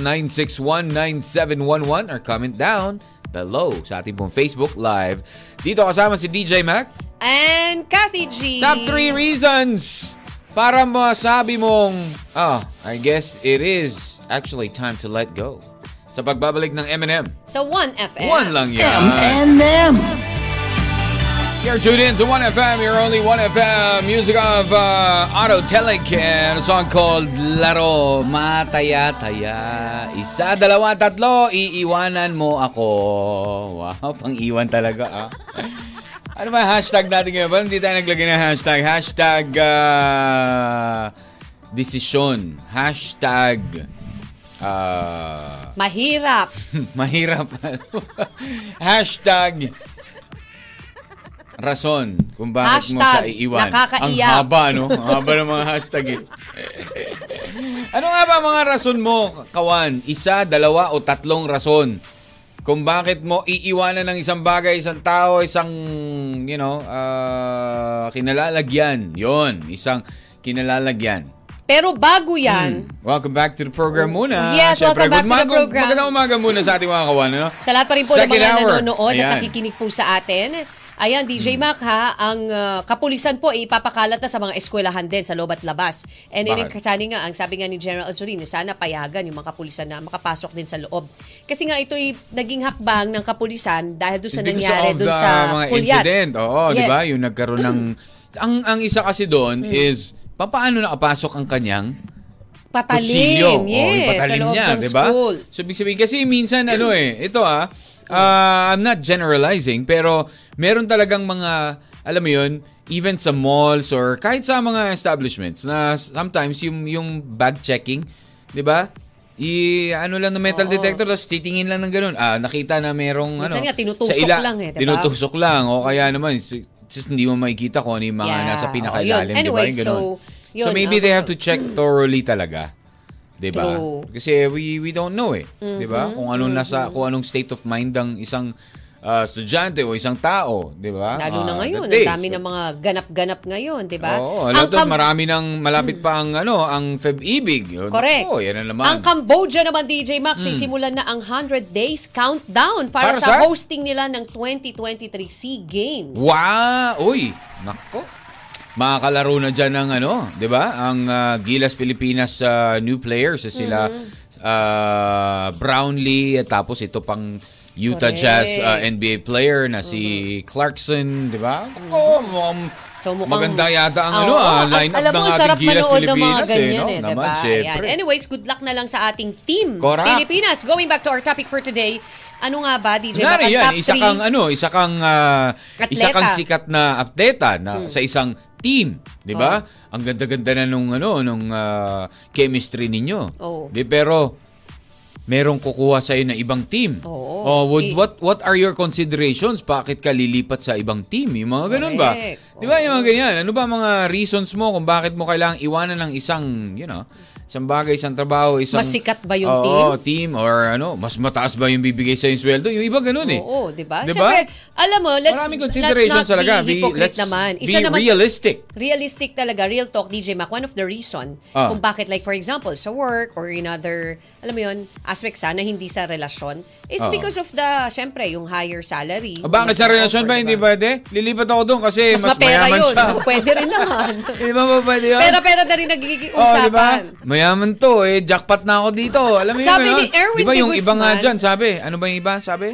S2: 0998-961-9711 or comment down below sa ating pong Facebook Live. Dito kasama si DJ Mac.
S3: And Kathy G.
S2: Top 3 reasons para masabi mong, oh, I guess it is actually time to let go. Sa pagbabalik ng M&M.
S3: Sa 1FM.
S2: One lang yan.
S1: M&M.
S2: You're tuned in to 1FM, your only 1FM. Music of uh, Otto Telek and a song called Laro Mataya-taya. Isa, dalawa, tatlo, iiwanan mo ako. Wow, (laughs) pang-iwan talaga ah. Ano ba yung hashtag natin ngayon? Parang hindi tayo naglagay ng hashtag. Hashtag ah, desisyon. Hashtag ah,
S3: Mahirap.
S2: (laughs) Mahirap. Hashtag rason kung bakit mo siya
S3: Hashtag
S2: iiwan. Ang
S3: nakakaiyak.
S2: haba, no? Ang haba ng mga hashtag eh. ano nga ba mga rason mo, kawan? Isa, dalawa, o tatlong rason kung bakit mo iiwanan ng isang bagay, isang tao, isang, you know, ah, kinalalagyan. Yon, isang kinalalagyan.
S3: Pero bago yan,
S2: Welcome back to the program muna.
S3: Oh, Yes,
S2: Siyempre,
S3: welcome
S2: good
S3: back to the
S2: mag-
S3: program.
S2: Magandang umaga muna sa ating mga kawan. Ano?
S3: Sa lahat pa rin po ng
S2: Second
S3: mga
S2: hour.
S3: nanonood
S2: Ayan. Hmm.
S3: at nakikinig po sa atin. Ayan, DJ Mac ha, ang uh, kapulisan po ay ipapakalat na sa mga eskwelahan din sa loob at labas. And
S2: Bakit?
S3: in kasani nga, ang sabi nga ni General Azurin, eh, sana payagan yung mga kapulisan na makapasok din sa loob. Kasi nga ito'y naging hakbang ng kapulisan dahil doon sa
S2: Because
S3: nangyari
S2: of
S3: doon
S2: the
S3: sa
S2: mga
S3: Pulyat.
S2: incident. Oo, di
S3: Yes. Hmm.
S2: ba? Yung nagkaroon ng... (clears throat) ang, ang isa kasi doon is, papaano nakapasok ang kanyang
S3: Patalim,
S2: kutsilyo? Oo, Oh,
S3: yes,
S2: yung
S3: sa
S2: patalim
S3: loob
S2: niya,
S3: ng
S2: di ba?
S3: school.
S2: So, ibig sabihin, kasi minsan, ano eh, ito ah, ah, I'm not generalizing, pero meron talagang mga, alam mo yun, even sa malls or kahit sa mga establishments na sometimes yung, yung bag checking, di ba? I, ano lang na metal detector, tapos titingin lang ng ganun. Ah, nakita na merong
S3: Minsan
S2: ano.
S3: nga, tinutusok
S2: sa
S3: lang eh, di ba?
S2: Tinutusok lang. O kaya naman, s- just hindi mo makikita kung ano yung mga
S3: Yeah.
S2: nasa
S3: Oo,
S2: pinakailalim.
S3: yun. Anyway,
S2: di ba? Yung ganun.
S3: so, yun,
S2: so maybe
S3: ah,
S2: they have to check thoroughly talaga. 'di ba?
S3: True. Mm-hmm.
S2: Kasi we we don't know eh, 'di ba? Kung anong nasa kung anong state of mind ng isang ah, estudyante o isang tao, 'di ba?
S3: Lalo
S2: Ah,
S3: na ngayon,
S2: that
S3: ang
S2: is.
S3: dami ng mga ganap-ganap ngayon, di ba?
S2: Oo,
S3: Ang
S2: alam doon,
S3: kam-
S2: marami nang malapit pa ang ano, ang Feb Ibig. Yun,
S3: Correct.
S2: Oo, yan ang laman.
S3: Ang Cambodia naman, DJ Max, ay simulan na ang 100 days countdown para,
S2: Para
S3: sa,
S2: sa?
S3: hosting nila ng 2023 SEA Games.
S2: Wow! Uy! Nako! Makakalaro na dyan ng ano, di ba? Ang ah, Gilas Pilipinas ah, new players. eh, Sila
S3: Mm-hmm.
S2: ah, Brownlee, at tapos ito pang Utah
S3: Correct. Mm-hmm.
S2: Jazz ah, NBA player na si Clarkson, di ba? Nako, mukhang
S3: So mukhang,
S2: maganda yata ang ano,
S3: Oo,
S2: ah,
S3: ang-
S2: lineup
S3: alam
S2: ng
S3: mo,
S2: ating
S3: sarap
S2: Gilas
S3: manood ng mga
S2: Pilipinas.
S3: ganyan
S2: eh, no?
S3: diba?
S2: Naman, syempre.
S3: Ayan. Anyways, good luck na lang sa ating team.
S2: Correct.
S3: Pilipinas, going back to our topic for today, ano nga ba, DJ Max?
S2: Kunwari
S3: Ang
S2: yan,
S3: top
S2: isa
S3: three?
S2: kang ano, isa kang ah, isa
S3: Atleta.
S2: kang sikat na atleta na
S3: Hmm.
S2: sa isang team, 'di ba?
S3: Oh.
S2: Ang ganda-ganda na nung ano, nung ah, chemistry ninyo.
S3: Oo.
S2: 'Di pero merong kukuha sa na ibang team.
S3: Oo.
S2: Oh, would-
S3: I-
S2: what what are your considerations? Bakit ka lilipat sa ibang team? Yung mga ganun ba?
S3: Correct.
S2: 'Di ba? Yung mga
S3: Oo.
S2: ganyan. Ano ba mga reasons mo kung bakit mo kailangang iwanan ng isang, you know, isang bagay, isang trabaho, isang
S3: Mas sikat ba yung
S2: Oo,
S3: team?
S2: team or ano, mas mataas ba yung bibigay sa yung sweldo? Yung iba ganun eh.
S3: Oo, di ba?
S2: Di ba?
S3: Siyempre, alam mo, let's,
S2: Maraming
S3: let's
S2: considerations
S3: not
S2: talaga.
S3: be
S2: Be-
S3: hypocrite
S2: let's
S3: naman.
S2: be realistic.
S3: realistic talaga, real talk, DJ Mac, one of the reason
S2: Ah.
S3: kung bakit, like for example, sa work or in other, alam mo yun, aspects sana hindi sa relasyon, is
S2: Oo.
S3: because of the, syempre, yung higher salary.
S2: Ah, Bakit sa relasyon ba hindi pwede? Lilipat ako doon kasi
S3: Mas,
S2: mas,
S3: mapera
S2: mayaman
S3: yun.
S2: siya.
S3: (laughs) Pwede rin naman.
S2: (laughs) Hindi ba ba pwede yun?
S3: Pera-pera na rin nagiging
S2: Oo, di ba?
S3: usapan.
S2: Mayaman to eh. Jackpot na ako dito. Alam mo yun,
S3: Sabi
S2: ano?
S3: ni Erwin
S2: Di ba
S3: de
S2: yung iba nga
S3: Guzman-
S2: dyan, sabi? Ano ba yung iba? Sabi?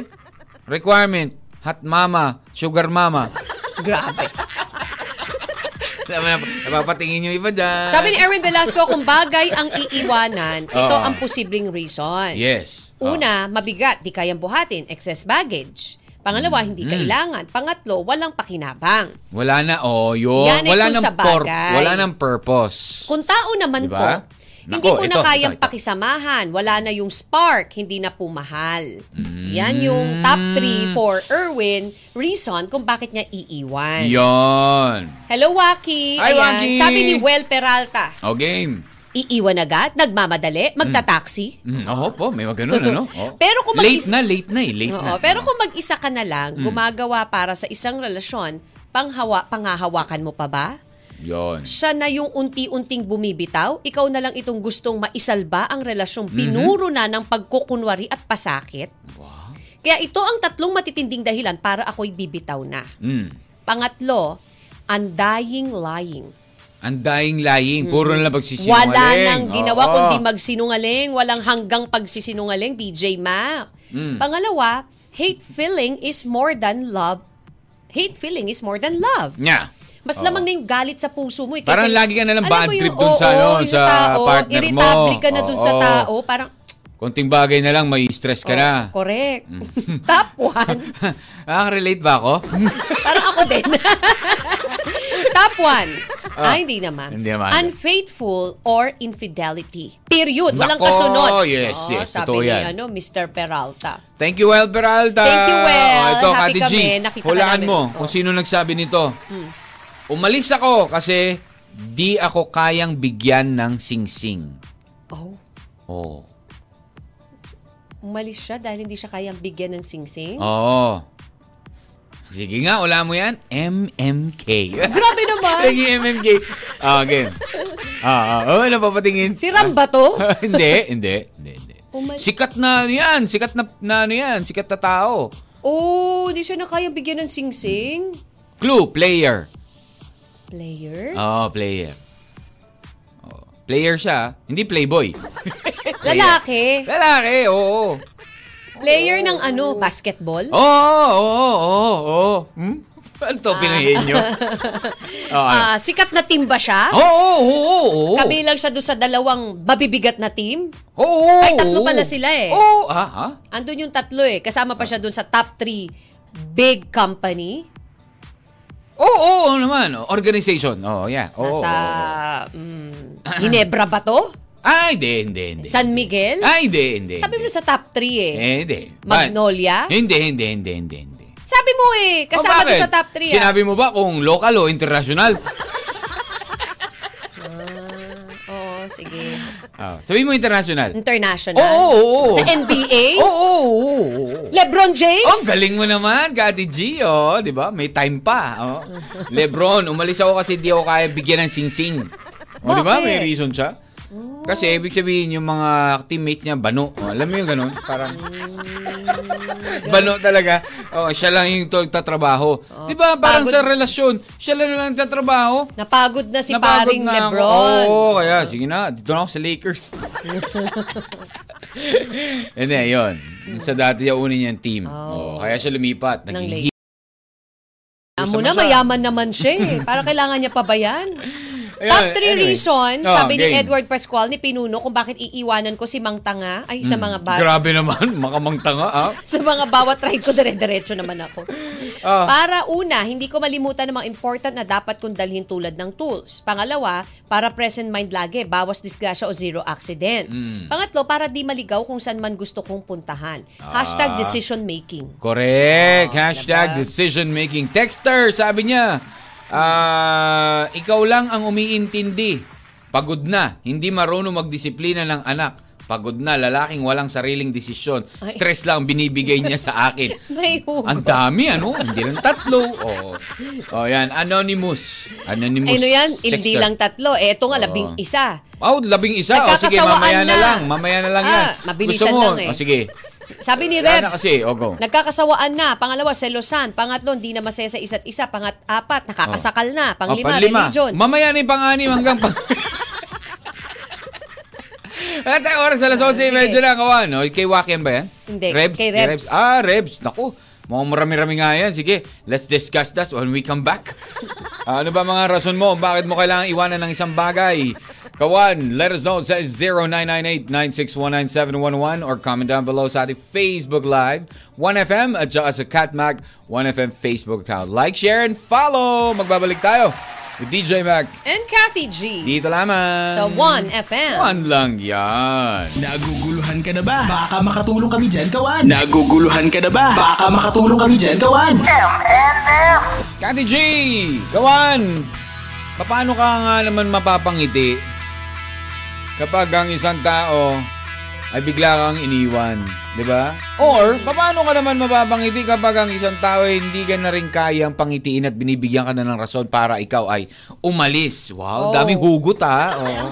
S2: Requirement. Hot mama. Sugar mama.
S3: (laughs) Grabe.
S2: Alam mo na, Napapatingin yung iba dyan.
S3: Sabi ni Erwin Velasco, kung bagay ang iiwanan, ito
S2: Oo.
S3: ang posibleng
S2: Ah.
S3: reason.
S2: Yes.
S3: Una, mabigat, di kayang buhatin, excess baggage. Pangalawa,
S2: Mm.
S3: hindi kailangan. Pangatlo, walang pakinabang.
S2: Wala na, oh, yun.
S3: Yan ay
S2: wala
S3: kung
S2: ng
S3: sa
S2: por-
S3: bagay.
S2: wala ng purpose.
S3: Kung tao naman
S2: Diba?
S3: po, hindi
S2: Nako,
S3: mo
S2: ito,
S3: na kayang
S2: ito, ito.
S3: pakisamahan. Wala na yung spark, hindi na pumahal.
S2: Mm.
S3: Yan yung top 3 for Erwin reason kung bakit niya iiwan.
S2: Yon.
S3: Hello, Waki.
S2: Hi,
S3: Ayan.
S2: Waki.
S3: Sabi ni Well Peralta,
S2: O, Oh, game.
S3: iiwan agad, nagmamadali, magta-taxi.
S2: Mm, oo po, may mga ganun,
S3: (laughs)
S2: ano? Oo.
S3: Pero kung
S2: late
S3: mag-is-
S2: na, late na eh, late
S3: Oo,
S2: na. Mm.
S3: pero kung mag-isa ka na lang, gumagawa para sa isang relasyon, panghawa, pangahawakan mo pa ba?
S2: Yon.
S3: Siya na yung unti-unting bumibitaw, ikaw na lang itong gustong maisalba ang relasyong pinuro na ng pagkukunwari at pasakit. Kaya ito ang tatlong matitinding dahilan para ako'y bibitaw na.
S2: Mm.
S3: Pangatlo, undying lying.
S2: Ang dying lying, puro na lang pagsisinungaling.
S3: Hmm. Wala nang ginawa
S2: Oo.
S3: kundi magsinungaling. Walang hanggang pagsisinungaling, DJ Ma. Pangalawa, hate feeling is more than love. Hate feeling is more than love.
S2: Nga.
S3: Mas
S2: Oo.
S3: lamang na yung galit sa puso mo. Eh.
S2: Parang lagi ka nalang
S3: alam
S2: bad
S3: mo yung,
S2: trip dun sa,
S3: oo,
S2: ano,
S3: yung
S2: sa partner mo.
S3: Irritable ka na dun sa
S2: Oo.
S3: tao. Parang,
S2: Konting bagay na lang, may stress ka
S3: oh,
S2: na. (laughs) Mm.
S3: correct. (laughs) Top one.
S2: ah, relate ba ako?
S3: (laughs) Parang ako din. (laughs) Top one. Ah, hindi naman.
S2: Hindi naman.
S3: Unfaithful or infidelity. Period. Walang
S2: Nako,
S3: kasunod.
S2: yes,
S3: Oo,
S2: yes,
S3: Sabi
S2: totoo
S3: ni
S2: yan.
S3: ano, Mr. Peralta.
S2: Thank you, Well Peralta.
S3: Thank you, Well.
S2: Oh, ito,
S3: Happy
S2: Kati G,
S3: kami. Nakita ka
S2: hulaan
S3: namin. Oh. Hmm.
S2: mo
S3: Oo.
S2: kung sino nagsabi nito. Umalis ako kasi di ako kayang bigyan ng singsing.
S3: Oh,
S2: Oh.
S3: umalis siya dahil hindi siya kayang bigyan ng singsing.
S2: Oo. Sige nga, wala mo yan. MMK.
S3: (laughs) Grabe naman.
S2: Lagi MMK. Ah, again. Ah, ah. oh, napapatingin.
S3: Si Ram ba to?
S2: (laughs)
S3: (laughs)
S2: hindi, hindi, hindi, hindi.
S3: Umal-
S2: Sikat na ano yan, sikat na, na ano yan, sikat na tao.
S3: Oh, hindi siya na kayang bigyan ng singsing.
S2: Clue, player.
S3: Player?
S2: Oo, Oh, player. Oo. Player siya, ah. hindi playboy. Ah,
S3: Lalaki.
S2: Lalaki, oo.
S3: Player ng ano, basketball?
S2: Oo, oo, oo, oo. Hmm? Ano to, pinahihin nyo? Oo, ano?
S3: Ah, sikat na team ba siya?
S2: Oo, oo, oo, oo.
S3: Kabilang siya doon sa dalawang mabibigat na team?
S2: Oo, oo,
S3: Ay, tatlo
S2: oo.
S3: pala sila eh.
S2: Oo, ah, ha?
S3: Andun yung tatlo eh. Kasama pa siya dun sa top 3 big company.
S2: Oo, oo, oo naman. Organization. Oo, yeah. Oo,
S3: nasa
S2: oo, oo.
S3: mm, Ginebra ba to?
S2: Ay, hindi, hindi, hindi.
S3: San Miguel?
S2: Ay, hindi, hindi.
S3: Sabi mo sa top 3 eh.
S2: Eh, hindi. Ba-
S3: Magnolia?
S2: Hindi, hindi, hindi, hindi, hindi.
S3: Sabi mo eh.
S2: O,
S3: Kasama doon
S2: Oh, bakit?
S3: sa top 3 ah.
S2: Sinabi mo ba kung local o international? (laughs)
S3: Oo, sige.
S2: Ah, sabi mo international.
S3: International.
S2: Oo, oo, oo.
S3: Sa NBA?
S2: Oo, oo, oo, oo, oo.
S3: Lebron James?
S2: Oh, ang galing mo naman, Kati G, oh, 'di ba? May time pa, oh. Lebron, umalis ako kasi di ako kaya bigyan ng singsing. Oh, 'di ba?
S3: Bakit?
S2: May reason siya. Kasi ibig sabihin yung mga teammate niya bano. Oh, alam mo yung ganun? Parang bano talaga. Oh, siya lang yung to- tatrabaho. 'Di ba? Parang
S3: Pagod.
S2: sa relasyon, siya lang lang tatrabaho.
S3: Napagod na si
S2: Napagod
S3: paring
S2: na ako. Oh.
S3: Lebron.
S2: Oo, kaya sige na. Dito na ako sa
S3: (laughs)
S2: Lakers. Hindi, yun. Sa dati yung unin niyang team. Oo,
S3: Oh.
S2: kaya siya lumipat.
S3: Ng
S2: Naging
S3: Lakers. Alam mo
S2: Gusto mo
S3: na,
S2: siya.
S3: mayaman naman siya
S2: (laughs)
S3: eh. Para kailangan niya pa ba yan?
S2: Ayan,
S3: Top 3
S2: anyway.
S3: reasons,
S2: Oh,
S3: sabi ni
S2: game.
S3: Edward Pascual ni Pinuno kung bakit iiwanan ko si Mang Tanga ay
S2: Hmm,
S3: sa mga ba-
S2: Grabe naman. (laughs) Makamang tanga, ah.
S3: (laughs) sa mga bawat ride ko dire-diretso naman ako.
S2: Ah.
S3: Para una, hindi ko malimutan ng mga important na dapat kong dalhin tulad ng tools. Pangalawa, para present mind lagi, bawas disgrasya o zero accident.
S2: Hmm.
S3: Pangatlo, para di maligaw kung saan man gusto kong puntahan.
S2: Ah.
S3: Hashtag decision making.
S2: Correct. Hashtag
S3: diba?
S2: decision making. Texter, sabi niya, ah, ikaw lang ang umiintindi. Pagod na. Hindi marunong magdisiplina ng anak. Pagod na. Lalaking walang sariling desisyon.
S3: Ay.
S2: Stress lang binibigay niya sa akin.
S3: (laughs) May hugot.
S2: Ang dami, ano? Hindi lang tatlo. Oo. Oh, yan. Anonymous. Anonymous.
S3: Ano yan? Hindi
S2: texter.
S3: lang tatlo. Eh, ito nga,
S2: Oo.
S3: labing isa.
S2: Oh, labing isa. O sige,
S3: Nagkakasawaan
S2: mamaya na.
S3: na.
S2: lang. Mamaya na lang yan.
S3: Ah,
S2: Gusto
S3: mabilisan
S2: mo?
S3: lang eh.
S2: O sige.
S3: Sabi ni
S2: Wala na
S3: Rebs,
S2: kasi, o go.
S3: nagkakasawaan na. Pangalawa, selosan. Pangatlo, hindi na masaya sa isa't isa. Pangat-apat, nakakasakal
S2: Oh.
S3: na.
S2: O,
S3: Panglima,
S2: panlima.
S3: religion.
S2: Mamaya na yung pang-anim hanggang pang... (laughs) At ang oras alas 11,
S3: Ah, Sige.
S2: medyo na kawan. No? Kay Wakian ba yan?
S3: Hindi,
S2: Rebs?
S3: kay
S2: Kay
S3: Rebs.
S2: Ah, Rebs. Naku, mukhang marami-rami nga yan. Sige, let's discuss
S3: (laughs)
S2: that when we come back. Ah, ano ba mga rason mo? Bakit mo kailangang iwanan ng isang bagay? Kawan, let us know sa 0998-9619711 or comment down below sa ating Facebook Live, 1FM at saka sa Catmac 1FM Facebook account. Like, share, and follow! Magbabalik tayo with DJ Mac.
S3: And Kathy G.
S2: Dito lamang.
S3: Sa 1FM.
S2: One lang yan.
S1: Naguguluhan ka na ba? Baka makatulong kami dyan, kawan. Naguguluhan ka na ba? Baka makatulong kami dyan, kawan.
S4: M&M.
S2: Kati G! Gawan! Paano ka nga naman mapapangiti kapag ang isang tao ay bigla kang iniwan, di ba? Or, paano ka naman mapapangiti kapag ang isang tao ay hindi ka na rin kayang pangitiin at binibigyan ka na ng rason para ikaw ay umalis? Wow,
S3: Oh.
S2: daming hugot ha. Oo.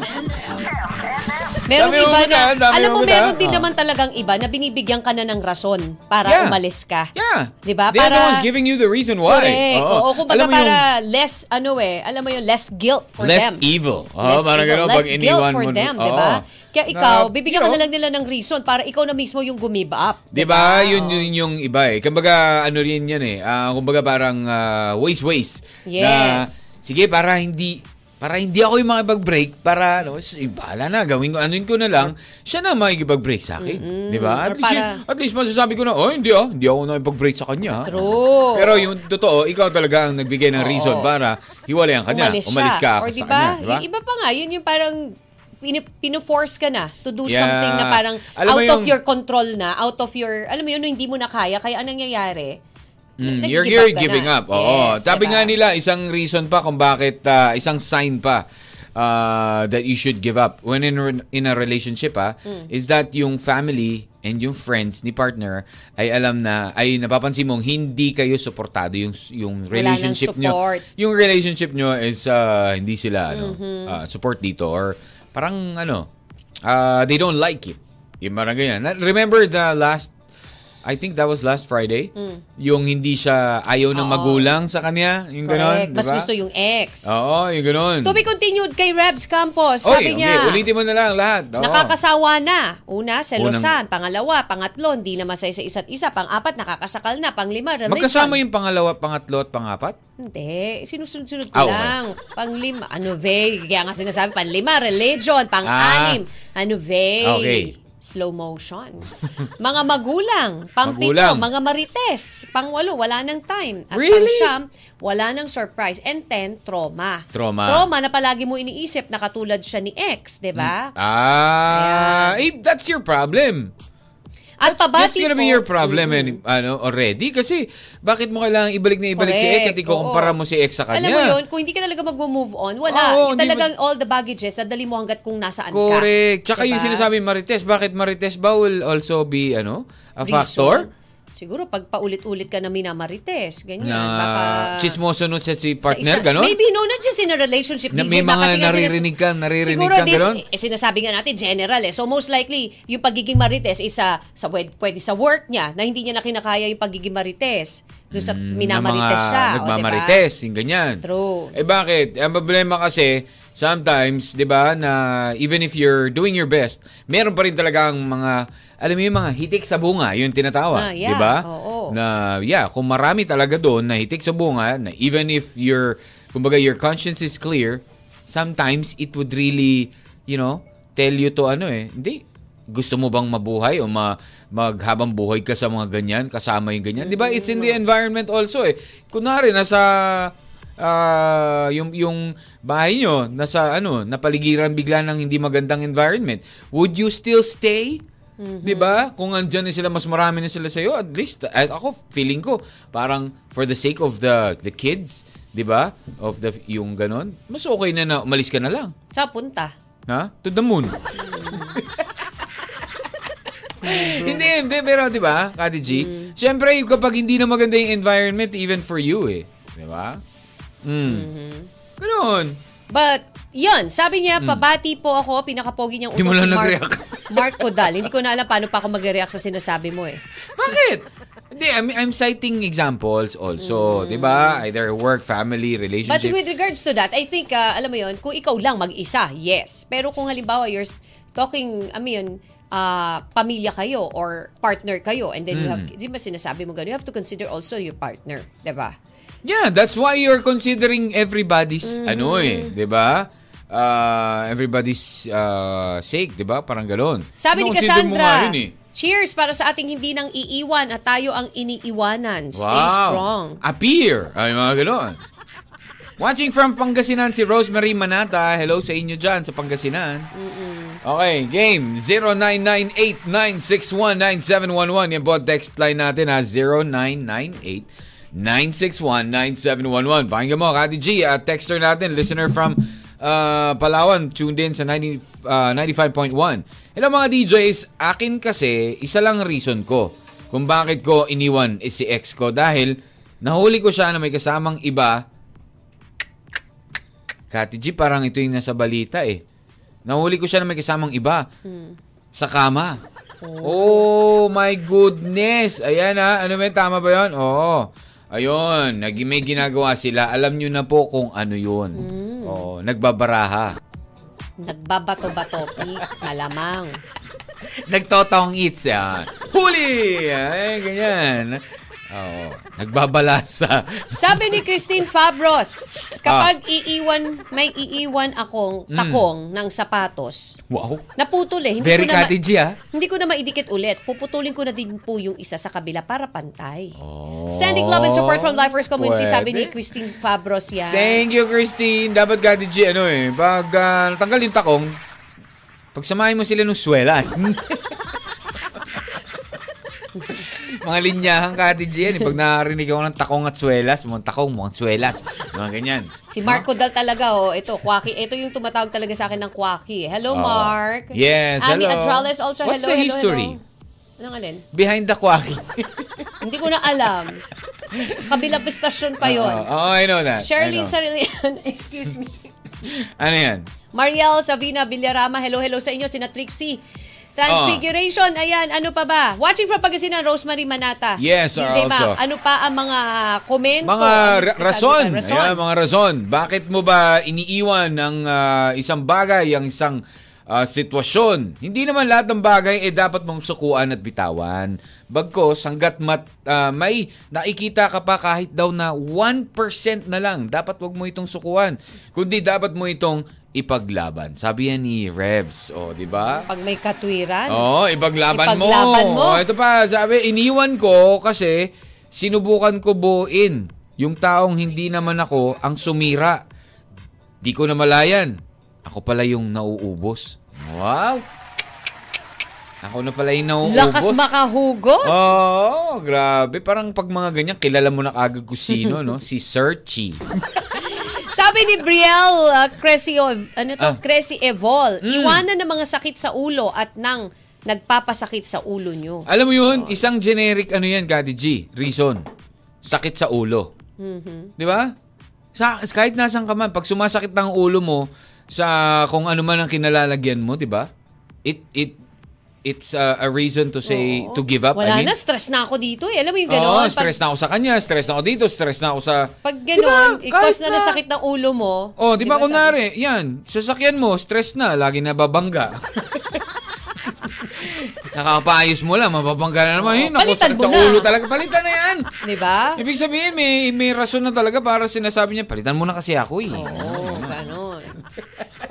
S3: Merong
S2: Dami
S3: iba
S2: yung
S3: na,
S2: umutan, dami
S3: alam
S2: yung
S3: mo,
S2: umutan.
S3: meron din
S2: Ah.
S3: naman talagang iba na binibigyan ka na ng rason para
S2: Yeah.
S3: umalis ka.
S2: Yeah.
S3: Di ba?
S2: The other
S3: Para-
S2: one's giving you the reason why.
S3: Correct. Oo,
S2: Oo.
S3: kumbaga
S2: Alam mo yung-
S3: para less, ano eh, alam mo yung less guilt for
S2: less
S3: them.
S2: evil. Oo,
S3: less
S2: parang
S3: evil,
S2: ganun,
S3: less
S2: pag
S3: guilt
S2: iniwan
S3: for
S2: mo.
S3: them,
S2: Oo.
S3: di ba? Kaya ikaw,
S2: Na,
S3: bibigyan
S2: you
S3: ka
S2: know, Diba?
S3: na lang nila ng reason para ikaw na mismo yung gumiba up.
S2: Di ba? Yun,
S3: Diba? Oo.
S2: yun yung iba eh. Kumbaga, ano rin yan eh. Ah, kumbaga parang ah, ways-ways. Na,
S3: Yes.
S2: sige, para hindi para hindi ako yung makipag-break, para ano, s- eh, bahala na, gawin ko, anuin ko na lang, siya na makikipag-break sa akin. Di ba? At,
S3: Or
S2: least,
S3: para-
S2: at least masasabi ko na, oh, hindi ah, hindi ako nakipag-break sa kanya. ah."
S3: True.
S2: Pero yung totoo, ikaw talaga ang nagbigay ng reason
S3: Oo.
S2: para hiwalayan ka niya.
S3: umalis, siya.
S2: Umalis ka
S3: Or diba?
S2: sa
S3: di
S2: kanya.
S3: ba?
S2: Di ba?
S3: Yung iba pa nga, yun yung parang pinu- pinuforce ka na to do
S2: Yeah.
S3: something na parang
S2: Alam mo
S3: out of
S2: yung-
S3: your control na, out of your, alam mo yun, hindi mo na kaya, kaya anong nangyayari?
S2: Mm,
S3: Nag-give
S2: you're, you're
S3: up ka
S2: giving
S3: na.
S2: up. Oo.
S3: Yes,
S2: Sabi
S3: diba?
S2: nga nila, isang reason pa kung bakit, ah, isang sign pa ah, that you should give up when in, a- in a relationship ah,
S3: Mm.
S2: is that yung family and yung friends ni partner ay alam na, ay napapansin mong hindi kayo suportado yung, yung
S3: Wala ng
S2: relationship nyo.
S3: support.
S2: Yung relationship nyo is ah, hindi sila ano,
S3: Mm-hmm.
S2: ah, support dito or parang ano, ah, they don't like it. Yung parang ganyan. Na- Remember the last I think that was last Friday.
S3: Mm.
S2: Yung hindi siya ayaw ng magulang sa kanya. Yung ganon.
S3: Correct. Mas
S2: diba?
S3: gusto yung ex.
S2: Oo, yung ganon.
S3: To be continued kay Rebs Campos.
S2: Oy,
S3: Sabi niya,
S2: Okay, ulitin mo na lang lahat. Oo.
S3: Nakakasawa na. Una, selosan.
S2: Unang-
S3: Pangalawa, pangatlo, hindi na masaya sa isa't isa. Pang-apat, nakakasakal na. Panglima, relation.
S2: Magkasama yung pangalawa, pangatlo at pangapat?
S3: Hindi. Sinusunod-sunod
S2: Ah,
S3: ko
S2: okay.
S3: lang. Panglima. Ano, ve? Kaya nga sinasabi, panglima, religion. Pang-anim. Ano, ve?
S2: Ah. Okay.
S3: Slow motion. (laughs) Mga magulang. Pampito.
S2: Magulang.
S3: Mga marites. Pangwalo, wala nang time. At
S2: Really?
S3: pangsyam, wala nang surprise. And ten, trauma.
S2: Trauma.
S3: Trauma na palagi mo iniisip na katulad siya ni ex, di
S2: Hmm.
S3: ba?
S2: Ah, eh, that's your problem.
S3: At
S2: That's
S3: pabati
S2: gonna
S3: po- Mm-hmm.
S2: be your problem and, ano, already. Kasi, bakit mo kailangan ibalik na ibalik si Ek at
S3: Correct,
S2: ikukumpara
S3: oo.
S2: mo si Ek sa kanya?
S3: Alam mo yun, kung hindi ka talaga mag-move on, wala.
S2: Oo,
S3: Yung
S2: hindi
S3: talagang all the baggages, dadali mo hanggat kung nasaan ka.
S2: Correct. Tsaka yung
S3: Diba?
S2: sinasabi Marites, bakit Marites ba will also be, ano, a
S3: Reason.
S2: factor?
S3: Siguro pag paulit-ulit ka na minamarites, ganyan.
S2: na
S3: baka
S2: chismoso nun siya si
S3: sa
S2: partner,
S3: isa-
S2: gano'n?
S3: Maybe, no, not just in a relationship.
S2: Na
S3: DJ,
S2: may
S3: baka
S2: mga
S3: sila-
S2: naririnig ka, naririnig
S3: siguro
S2: ka,
S3: this,
S2: gano'n?
S3: eh, sinasabi nga natin, general eh. So most likely, yung pagiging marites is sa, sa wed- pwede sa work niya, na hindi niya na kinakaya yung pagiging marites. Doon sa minamarites siya. o, diba?
S2: Mm, Nagmamarites, yung ganyan.
S3: True.
S2: Eh bakit? Ang problema kasi, sometimes, di ba, na even if you're doing your best, meron pa rin talagang mga, alam mo yung mga hitik sa bunga, yung tinatawa.
S3: Ah, yeah.
S2: Di ba?
S3: Oo.
S2: Na, yeah, kung marami talaga doon na hitik sa bunga, na even if your, kumbaga, your conscience is clear, sometimes it would really, you know, tell you to ano eh, hindi, gusto mo bang mabuhay o ma, maghabang buhay ka sa mga ganyan, kasama yung ganyan? Di ba? It's in the
S3: Mm.
S2: environment also eh. Kunwari, nasa ah yung yung bahay nyo nasa ano napaligiran bigla ng hindi magandang environment would you still stay 'di ba Diba? kung andyan na sila mas marami na sila sa at least at ako feeling ko parang for the sake of the the kids 'di ba of the yung ganon mas okay na na umalis ka na lang
S3: Sa punta.
S2: ha to the moon hindi, hindi, pero di ba, Kati G? Siyempre, kapag hindi na maganda yung environment, even for you eh. Di ba? Mm. Ganun.
S3: But, yun, sabi niya, pabati po ako, pinakapogi niyang
S2: Di Mm.
S3: utos
S2: mo
S3: si
S2: lang
S3: Mark,
S2: nag-react.
S3: Mark Codal. Hindi ko na alam paano pa ako magre-react sa sinasabi mo eh.
S2: Bakit? Hindi, I'm, I'm citing examples also. Di ba? Either work, family,
S3: But
S2: relationship.
S3: with regards to that, I think, ah, alam mo yun, kung ikaw lang mag-isa, yes. Pero kung halimbawa, you're s- talking, I mean, ah, pamilya kayo or partner kayo, and then you
S2: Hmm.
S3: have, di ba sinasabi mo gano'n, you have to consider also your partner, di ba? Mm.
S2: yeah, that's why you're considering everybody's ano eh. Di ba? ah, everybody's ah, sake, di ba? Parang galon.
S3: Sabi
S2: Ano,
S3: ni
S2: consider mo nga
S3: Cassandra,
S2: yun, eh.
S3: cheers para sa ating hindi nang iiwan at tayo ang iniiwanan. Stay
S2: wow.
S3: strong.
S2: Appear. Ay, mga galon. Watching from Pangasinan si Rosemary Manata. Hello sa inyo dyan sa Pangasinan. Okay, game 0998-961-9711. Yan po ang text line natin ha, 0998-961-9711. Pakinggan mo, Kati G, ah, texter natin, listener from ah, Palawan, tuned in sa 90, ah, 95.1. Hello mga DJs, akin kasi isa lang reason ko kung bakit ko iniwan is si ex ko dahil nahuli ko siya na may kasamang iba Kati G, parang ito yung nasa balita eh. Nahuli ko siya na may kasamang iba. Sa kama. Oh. my goodness. Ayan ha. Ano ba yun? Tama ba yun? Oo. Ayun. Nag may ginagawa sila. Alam nyo na po kung ano yun. Oo. Nagbabaraha.
S3: Nagbabato-bato, Pi. Malamang.
S2: Nagtotong eats yan. Huli! Ay, ganyan. Oo. Nagbabalasa.
S3: Sabi ni Christine Fabros,
S2: Ah.
S3: kapag iiwan, may iiwan akong
S2: Hmm.
S3: takong ng sapatos,
S2: Wow.
S3: naputol eh. Hindi
S2: Very ah.
S3: ko na ma-
S2: Kati G ha.
S3: Hindi ko na maidikit ulit. Puputulin ko na din po yung isa sa kabila para pantay. Sending love and support from Lifers Community, sabi
S2: Oh. Pwede.
S3: ni Christine Fabros yan.
S2: Thank you, Christine. Dapat ka, DJ, ano eh, pag ah, natanggal yung takong, pagsamahin mo sila ng swelas. (laughs) mga linyahan ka, DJ, yan. eh. Pag narinig ako ng takong at swelas, mukhang takong, mukhang swelas. Mga ganyan.
S3: Si Mark Codal talaga, oh. Ito, Kwaki. Ito yung tumatawag talaga sa akin ng Kwaki. Hello,
S2: Oo. Oh.
S3: Mark.
S2: Yes,
S3: Ami
S2: hello.
S3: Adrales also,
S2: What's
S3: hello,
S2: the
S3: hello,
S2: history?
S3: hello. Anong alin?
S2: Behind the kwaki.
S3: Hindi ko na alam. Kabila pistasyon pa yon.
S2: Oo, (laughs) oo, I know that. Uh, I
S3: Shirley
S2: know.
S3: Sarilian, (laughs) excuse me.
S2: Ano yan?
S3: Mariel Savina Villarama, hello, hello sa inyo. Sina Trixie. Transfiguration,
S2: Ah.
S3: ayan, ano pa ba? Watching from Pagasinan, Rosemary Manata.
S2: Yes, sir,
S3: DJ Mac,
S2: also.
S3: ano pa ang mga komento? ano
S2: Mga
S3: Ang
S2: ra-
S3: sinasabi
S2: rason.
S3: ba? Rason.
S2: Ayan, mga rason. Bakit mo ba iniiwan ng ah, isang bagay, ang isang ah, sitwasyon? Hindi naman lahat ng bagay eh dapat mong sukuan at bitawan. Bagkos, hanggat mat, ah, may nakikita ka pa kahit daw na 1% na lang, dapat wag mo itong sukuan. Kundi dapat mo itong ipaglaban. Sabi yan ni Rebs, o, di ba?
S3: Pag may katwiran.
S2: Oo, ipaglaban,
S3: Ano? Ipaglaban mo.
S2: mo. Oh, Ito pa, sabi, iniwan ko kasi sinubukan ko buuin yung taong hindi naman ako ang sumira. Di ko namalayan. Ako pala yung nauubos. Wow! Ako na pala yung nauubos.
S3: Lakas makahugot.
S2: Oh. Oo, grabe. Parang pag mga ganyan, kilala mo na kagad kung
S3: (laughs)
S2: sino, no? Si Searchy.
S3: Sabi ni Brielle uh, Cresio- ano to?
S2: Ah. Hmm.
S3: Cresi Evol, iwanan ng mga sakit sa ulo at ng nagpapasakit sa ulo nyo.
S2: Alam mo yun, isang generic ano yan, Kati G, reason. Sakit sa ulo.
S3: Mm-hmm.
S2: Di ba? Sa, kahit nasan ka man, pag sumasakit ng ulo mo sa kung ano man ang kinalalagyan mo, di ba? It, it, it's uh, a reason to say, to give up. I
S3: Wala
S2: mean,
S3: na, stress na ako dito eh. Alam mo yung
S2: Oo,
S3: gano'n?
S2: stress na ako sa kanya, stress na ako dito, stress na ako sa...
S3: Pag gano'n,
S2: Diba? Kahit
S3: i-cause na,
S2: na-
S3: nasakit ng ulo mo. diba
S2: Oh, di ba,
S3: sabi-
S2: kunwari, yan, sasakyan mo, stress na, lagi
S3: (laughs)
S2: nababangga. Nakakapaayos mo lang, mababangga na naman.
S3: Oo,
S2: Eh, naku,
S3: palitan
S2: sakit
S3: mo
S2: sa
S3: na.
S2: ulo talaga, palitan na yan.
S3: Di ba?
S2: Ibig sabihin, may, may rason na talaga para sinasabi niya, palitan mo na kasi ako eh.
S3: Oo, Oh, gano'n.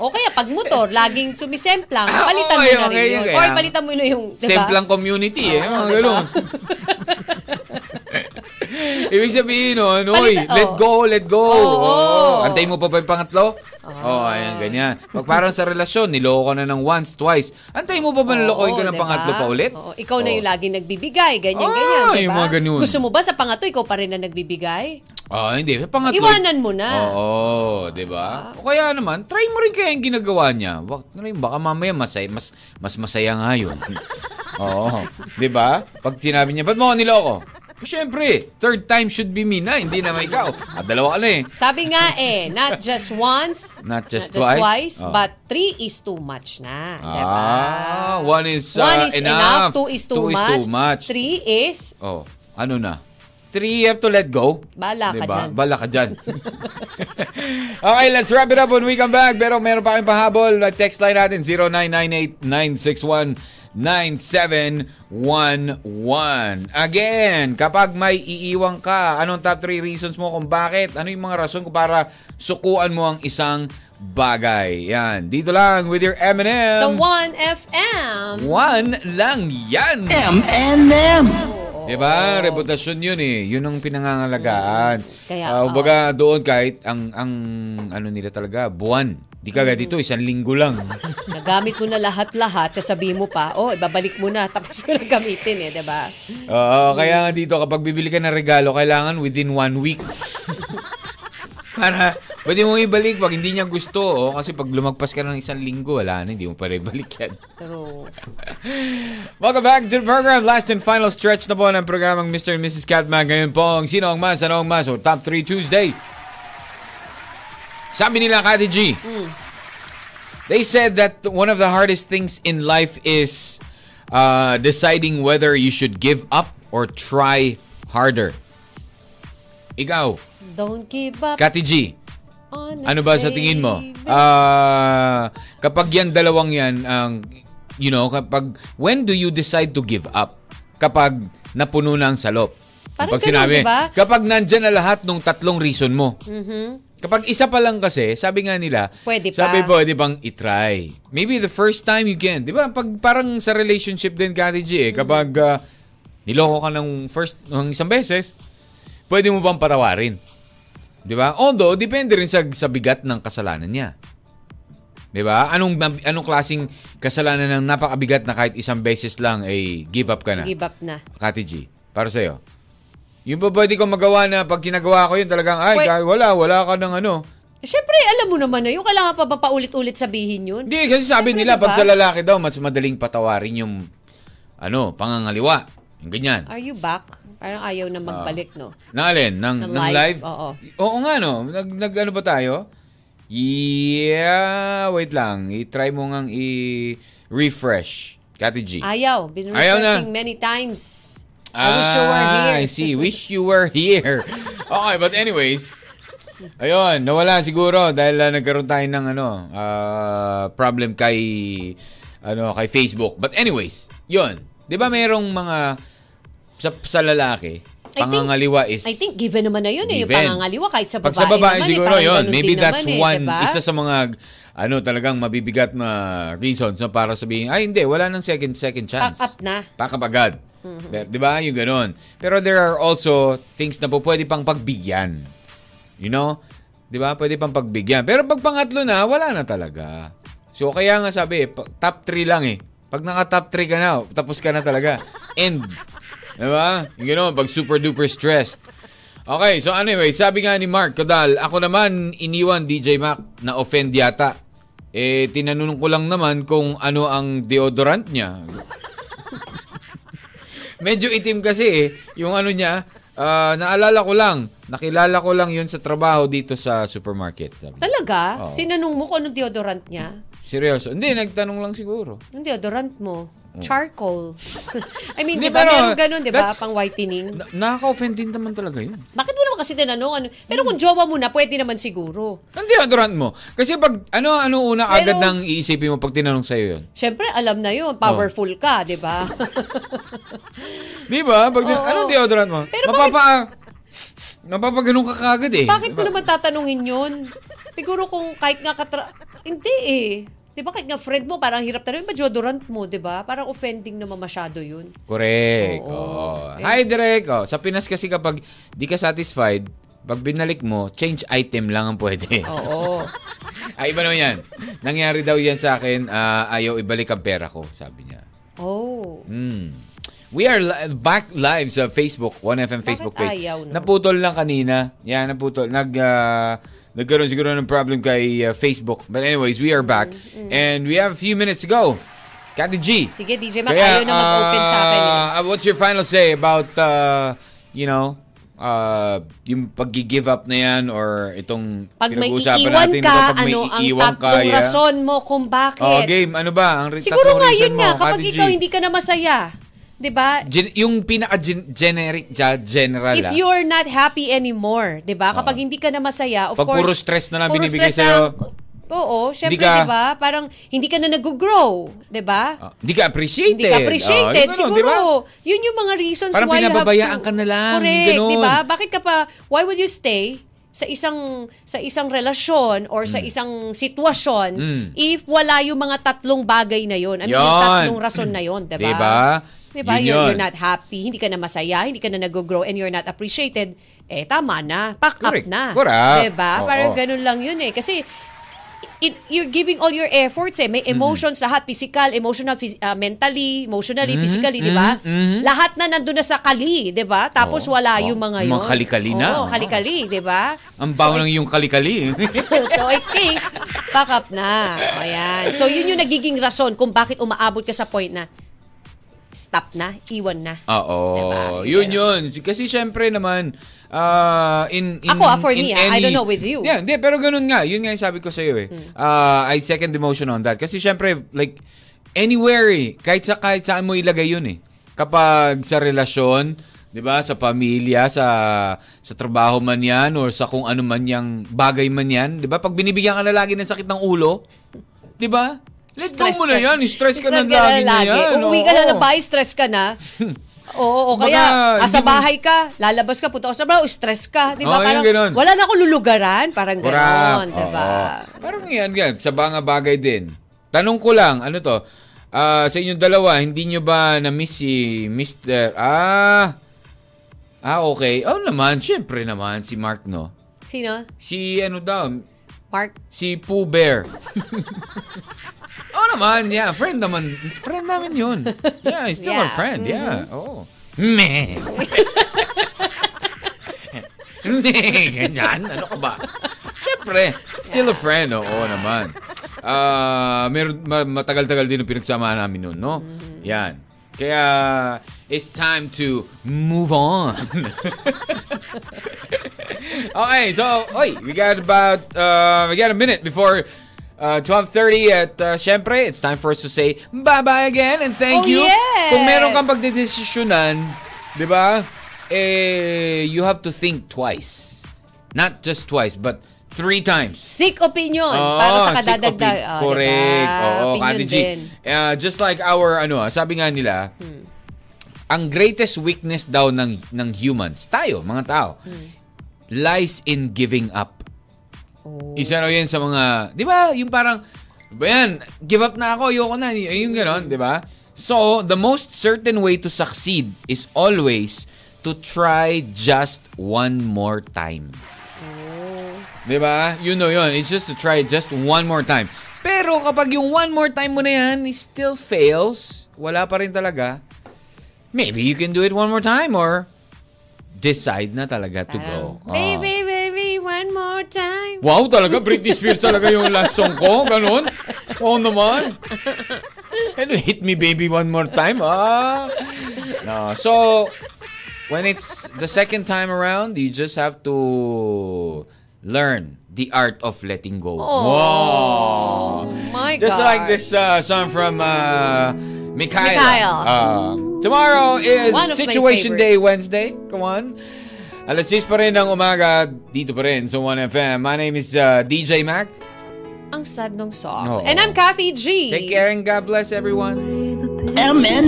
S3: O kaya pag motor, laging sumisemplang, palitan
S2: Ah, oo,
S3: mo na
S2: yun,
S3: rin
S2: okay,
S3: yun.
S2: yun,
S3: Or
S2: kaya-
S3: palitan mo na yung, di ba?
S2: Semplang community eh.
S3: Oo,
S2: mga
S3: diba?
S2: ganun. (laughs) Ibig sabihin nun, oy,
S3: Palitan-
S2: let
S3: oo.
S2: go, let go.
S3: oh. Oo. Ah.
S2: Oo. Antayin mo pa ba yung pangatlo? Oo, oh, ayan, ganyan. Pag parang sa relasyon, niloko ka na ng once, twice. Antayin mo pa ba nilokoy ka
S3: Oo,
S2: ng
S3: diba?
S2: pangatlo pa ulit?
S3: Oo, ikaw
S2: Oo.
S3: na yung laging nagbibigay, ganyan,
S2: Ah,
S3: ganyan, di
S2: yung
S3: ba?
S2: mga ganun.
S3: Gusto mo ba sa pangato, ikaw pa rin na nagbibigay?
S2: Ah, hindi. Sa pangatlo.
S3: Iwanan mo na.
S2: Oo, di ba? O kaya naman, try mo rin kaya yung ginagawa niya. Bak, ano yun, baka mamaya masaya, mas, mas masaya nga yun. (laughs) Oo, di ba? Pag tinabi niya, ba't mo ako niloko? Siyempre, third time should be me na, hindi naman ikaw. At dalawa ka na eh.
S3: Sabi
S2: (laughs)
S3: nga eh, not just once,
S2: Not just twice. Oh.
S3: but three is too much na. di ba?
S2: Ah, one is, uh,
S3: One is enough,
S2: enough.
S3: two is too much, three is,
S2: Oh, ano na? Three, you have to let go.
S3: Bala
S2: Diba?
S3: ka dyan.
S2: Bala ka dyan. (laughs) okay, let's wrap it up when we come back. Pero meron pa kayong pahabol. Text line natin, 0998-961-9711. Again, kapag may iiwang ka, anong top 3 reasons mo kung bakit? Ano yung mga rason kung para sukuan mo ang isang bagay. Yan. Dito lang with your M&M.
S3: Sa 1FM.
S2: One lang yan.
S1: M&M.
S2: Diba? Reputasyon yun eh. Yun ang pinangangalagaan.
S3: Kaya,
S2: Ah, kumbaga, doon kahit ang, ang ano nila talaga, buwan. Di ka dito, isang linggo lang.
S3: Nagamit mo na lahat-lahat, sasabihin mo pa, oh, ibabalik mo na, (laughs) tapos ko na gamitin eh, 'di ba?
S2: Oo, kaya nga dito, kapag bibili ka ng regalo, kailangan within one week. (laughs) Para, pwede mong ibalik pag hindi niya gusto. Oh, kasi pag lumagpas ka ng isang linggo, wala na, hindi mo pa rin ibalik yan.
S3: Pero,
S2: (laughs) Welcome back to the program. Last and final stretch na po ng programang Mr. and Mrs. Catman. Ngayon po ang Sino ang Mas, Ano ang Mas, o Top 3 Tuesday. Sabi nila, Kati G, they said that one of the hardest things in life is uh, deciding whether you should give up or try harder. Ikaw,
S3: don't give up
S2: Kati G,
S3: on
S2: ano ba sa tingin mo?
S3: baby.
S2: Ah, kapag yan dalawang yan ang you know, kapag when do you decide to give up? Kapag napuno na ang salop.
S3: Parang
S2: kapag
S3: ganun, di ba?
S2: kapag nandyan na lahat ng tatlong reason mo. Kapag isa pa lang kasi, sabi nga nila,
S3: Mm-hmm. Pwede pa.
S2: sabi pwede bang itry. Maybe the first time you can. Di ba? Pag parang sa relationship din, Kati
S3: Mm-hmm.
S2: G, eh, kapag ah, niloko ka ng first, ng isang beses, pwede mo bang patawarin? Di ba? Although, depende rin sa, sa bigat ng kasalanan niya. Di ba? Anong, anong klasing kasalanan ng napakabigat na kahit isang beses lang, eh, give up ka na?
S3: Give up na.
S2: Kati G, para sa'yo. Yung ba pwede kong magawa na pag ginagawa ko yun talagang, ay,
S3: Wait.
S2: ga- wala, wala ka ng ano.
S3: Siyempre, Eh, alam mo naman na yun. Kailangan pa ba paulit-ulit sabihin yun?
S2: Hindi, kasi sabi
S3: Siyempre,
S2: nila,
S3: di ba?
S2: pag sa lalaki daw, mas madaling patawarin yung, ano, pangangaliwa. Yung ganyan.
S3: Are you back? Parang ayaw na magbalik, no?
S2: Ng alin? Ng,
S3: Ng
S2: ng,
S3: live?
S2: live?
S3: Oo.
S2: Oo nga, no? Nag, nag ano ba tayo? Yeah, wait lang. I-try mo ngang i-refresh. Kati G.
S3: Ayaw. Been
S2: Ah. Ayaw na.
S3: refreshing many times. I wish you were
S2: Ah,
S3: here.
S2: I
S3: (laughs)
S2: see. Wish you were here. okay, but anyways. Ayun, nawala siguro dahil ah, nagkaroon tayo ng ano, ah, problem kay ano, kay Facebook. But anyways, 'yun. 'Di ba mayroong mga sa, sa lalaki,
S3: I think-
S2: pangangaliwa is
S3: I think given naman na yun eh, yung
S2: Given.
S3: pangangaliwa kahit sa babae,
S2: Pag sa babae
S3: naman, eh,
S2: siguro
S3: parang
S2: yun.
S3: ganun
S2: Maybe
S3: din
S2: that's
S3: naman eh,
S2: one,
S3: diba?
S2: isa sa mga ano talagang mabibigat na reasons no, para sabihin, ay hindi, wala nang second second chance.
S3: Pack up na.
S2: Pack up agad. Pero, Di ba? Yung ganun. Pero there are also things na po pwede pang pagbigyan. You know? Di ba? Pwede pang pagbigyan. Pero pag pangatlo na, wala na talaga. So kaya nga sabi, eh, pa- top 3 lang eh. Pag naka top 3 ka na, oh, tapos ka na talaga. End. Di ba? Yung ganun, pag super duper stressed. Okay, so anyway, sabi nga ni Mark Kodal, ako naman iniwan DJ Mac na offend yata. Eh, tinanong ko lang naman kung ano ang deodorant niya. Medyo itim kasi eh. Yung ano niya, ah, naalala ko lang, nakilala ko lang yun sa trabaho dito sa supermarket. Sabi.
S3: Talaga?
S2: Oo.
S3: Sinanong mo kung anong deodorant niya?
S2: Seryoso. Hindi, nagtanong lang siguro.
S3: Anong deodorant mo? Charcoal. (laughs) I mean,
S2: Mm. Hindi,
S3: di ba
S2: pero
S3: meron ganun, di ba?
S2: that's-
S3: Pang whitening.
S2: Na- nakaka-offend din naman talaga yun.
S3: Bakit mo naman kasi tinanong? Ano? Pero kung jowa mo na, pwede naman siguro.
S2: Ang deodorant mo. Kasi pag ano, ano una agad
S3: Pero-
S2: nang iisipin mo pag tinanong sa'yo yun.
S3: Siyempre, alam na yun. Powerful
S2: Oh.
S3: ka, di
S2: (laughs)
S3: ba?
S2: Di ba? Pag,
S3: Oo.
S2: anong deodorant mo?
S3: Pero
S2: Mapapa... Napapaganon ka kagad eh.
S3: Bakit mo naman tatanungin yun? Siguro kung kahit nga katra... Hindi eh. Di ba kahit nga friend mo, parang hirap tanongin. Ba deodorant mo, di ba? Parang offending naman masyado yun.
S2: Correct.
S3: Oo.
S2: Oo. Hi, Direk. Oh, sa Pinas kasi kapag di ka satisfied, pag binalik mo, change item lang ang pwede.
S3: Oo.
S2: (laughs) Ay, Ah, iba naman yan. Nangyari daw yan sa akin, ah, ayaw ibalik ang pera ko, sabi niya.
S3: (laughs) Oh.
S2: Hmm. We are li- back live sa Facebook, 1FM Facebook
S3: Bakit
S2: page.
S3: ayaw, no?
S2: Naputol lang kanina. Yan, naputol. Nag, ah, nagkaroon siguro ng problem kay ah, Facebook. But anyways, we are back.
S3: Mm-hmm.
S2: And we have a few minutes to go. Kati G.
S3: Sige, DJ Mac, ayaw na mag-open sa akin. eh.
S2: uh, what's your final say about, uh, you know, uh, yung pag-give up na yan or itong
S3: Pag may
S2: pinag-uusapan
S3: iiwan
S2: natin,
S3: ka,
S2: diba? pag may
S3: ano ang
S2: iiwan ka,
S3: tatlong
S2: yeah.
S3: rason mo kung bakit?
S2: Oh, game, ano ba? Ang re-
S3: Siguro
S2: tatlong
S3: nga
S2: reason
S3: yun
S2: mo,
S3: nga, kapag
S2: Kati G.
S3: ikaw hindi ka na masaya, di ba?
S2: Gen- yung pinaka-generic, general
S3: If
S2: ah.
S3: you're not happy anymore, 'di ba? Kapag hindi ka na masaya, of
S2: Pag
S3: course.
S2: puro stress na lang
S3: puro
S2: binibigay
S3: stress
S2: sa'yo.
S3: lang. Oo, syempre,
S2: ka-
S3: 'di ba? Parang hindi ka na nag-grow, 'di ba?
S2: Oh, hindi ka appreciated.
S3: Hindi ka appreciated.
S2: Oh, ganun,
S3: Siguro,
S2: diba?
S3: yun yung mga reasons
S2: Parang
S3: why you have to...
S2: pinababayaan ka na lang,
S3: Correct,
S2: ganun.
S3: di ba? Bakit ka pa... Why will you stay sa isang sa isang relasyon or
S2: Mm.
S3: sa isang sitwasyon if wala yung mga tatlong bagay na yon. I mean, yung
S2: Yun.
S3: tatlong rason na yon, 'di ba?
S2: Diba?
S3: Diba?
S2: Yun
S3: You're,
S2: yun.
S3: you're not happy, hindi ka na masaya, hindi ka na nag-grow and you're not appreciated. Eh tama na, pack
S2: Correct.
S3: up na.
S2: Correct.
S3: Diba?
S2: Oo.
S3: Parang ganun lang yun eh kasi it, you're giving all your efforts eh.
S2: Mm-hmm.
S3: May emotions lahat, physical, emotional, phys- ah, mentally, emotionally, physically, di ba?
S2: mhm, mhm.
S3: Lahat na nandun na sa kali, di ba? Tapos
S2: Oo,
S3: wala
S2: oo.
S3: yung
S2: Oh.
S3: mga
S2: Yung
S3: yun.
S2: mga kali-kali na.
S3: Oo, kali-kali, di ba? (laughs)
S2: Ang baho ng yung kalikali. eh. (laughs)
S3: so I think, back up na. O, Ayan. So yun yung nagiging rason kung bakit umaabot ka sa point na stop na, iwan na.
S2: Oo.
S3: Diba?
S2: Yun yun. Kasi syempre naman, ah, in, in,
S3: Ako, ah, for
S2: in
S3: me, ah, I
S2: any-
S3: don't know with you. Hmm.
S2: Yeah, hindi, pero ganun nga. Yun nga yung sabi ko sa'yo eh. Ah, I second the motion on that. Kasi syempre, like, anywhere eh. Kahit, sa, kahit saan mo ilagay yun eh. Kapag sa relasyon, di ba, sa pamilya, sa sa trabaho man yan, or sa kung ano man yang bagay man yan, di ba? Pag binibigyan ka na lagi ng sakit ng ulo, di ba? Let go mo na
S3: ka-
S2: yan. Stress, ka na
S3: ka
S2: lagi na yan.
S3: Uuwi ka na
S2: Oo.
S3: ng bahay, stress ka
S2: (laughs)
S3: na. Oo, o
S2: Baka
S3: kaya ah,
S2: hindi
S3: sa
S2: mo-
S3: bahay ka, lalabas ka, punta ka sa trabaho, stress ka. Di ba?
S2: Oo, yun,
S3: parang,
S2: ganun.
S3: wala na akong lulugaran, parang
S2: Correct.
S3: gano'n. Di ba?
S2: Oo. Parang yan, yan. Sa mga bagay din. Tanong ko lang, ano to? Ah, sa inyong dalawa, hindi nyo ba na-miss si Mr. Ah, ah okay. Oh naman, syempre naman, si Mark, no?
S3: Sino?
S2: Si ano daw,
S3: Mark?
S2: si Pooh
S3: (laughs)
S2: Bear. oh naman, yeah, friend naman. Friend namin yun. Yeah, he's still our
S3: Yeah. Mm-hmm.
S2: friend, yeah. Oh.
S3: (laughs)
S2: Meh. Meh, ganyan. Ano ka ba? Siyempre, still a friend. Oo naman. Ah, meron, ma- matagal-tagal din ang pinagsamahan namin noon, no? Yan. Kaya, it's time to move on. (laughs) okay, so, oy, we got about, uh, we got a minute before uh, 12.30 at uh, syempre, it's time for us to say bye-bye again and thank
S3: Oh,
S2: you.
S3: yes!
S2: Kung meron kang pagdedesisyonan, di ba, eh, you have to think twice. Not just twice, but three times.
S3: Sick opinion
S2: Oo,
S3: para sa
S2: sick opi-
S3: kadadagdag. Oh, di ba?
S2: Correct. Oo, Kati
S3: opinion
S2: G.
S3: din. Hmm.
S2: Uh, just like our, ano, ah, sabi nga nila, ang greatest weakness daw ng, ng humans, tayo, mga tao,
S3: Hmm.
S2: lies in giving up.
S3: Oh.
S2: Isa raw yan sa mga, di ba, yung parang, ba yan, give up na ako, ayoko na, y- yung ganon, di ba? So, the most certain way to succeed is always to try just one more time. Di ba? You know yun. It's just to try it just one more time. Pero kapag yung one more time mo na yan, it still fails, wala pa rin talaga, maybe you can do it one more time or decide na talaga to go. Oh.
S3: Parang, Baby, baby, one more time.
S2: Wow, talaga Britney Spears talaga yung last song ko, ganun. Oo naman. Ano, hit me baby one more time. Ah. No, so when it's the second time around, you just have to learn the art of letting go.
S3: Oh, my
S2: Just
S3: God.
S2: like this uh, song from uh, Mikhail.
S3: Mikhail.
S2: Uh, tomorrow is
S3: One of my
S2: Situation Day
S3: favorite.
S2: Wednesday. Come on. Alas 6 pa rin ng umaga dito pa rin sa 1FM. My name is uh, DJ Mac.
S3: Ang sad nung song.
S2: Oo.
S3: And I'm Kathy G.
S2: Take care and God bless everyone.
S1: M&M.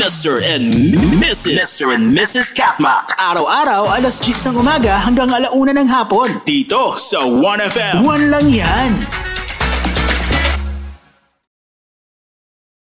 S1: Mr. and Mrs. Mr. and Mrs. Katmak.
S5: Araw-araw, alas 10 ng umaga hanggang alauna ng hapon.
S1: Dito sa 1FM.
S5: One lang yan.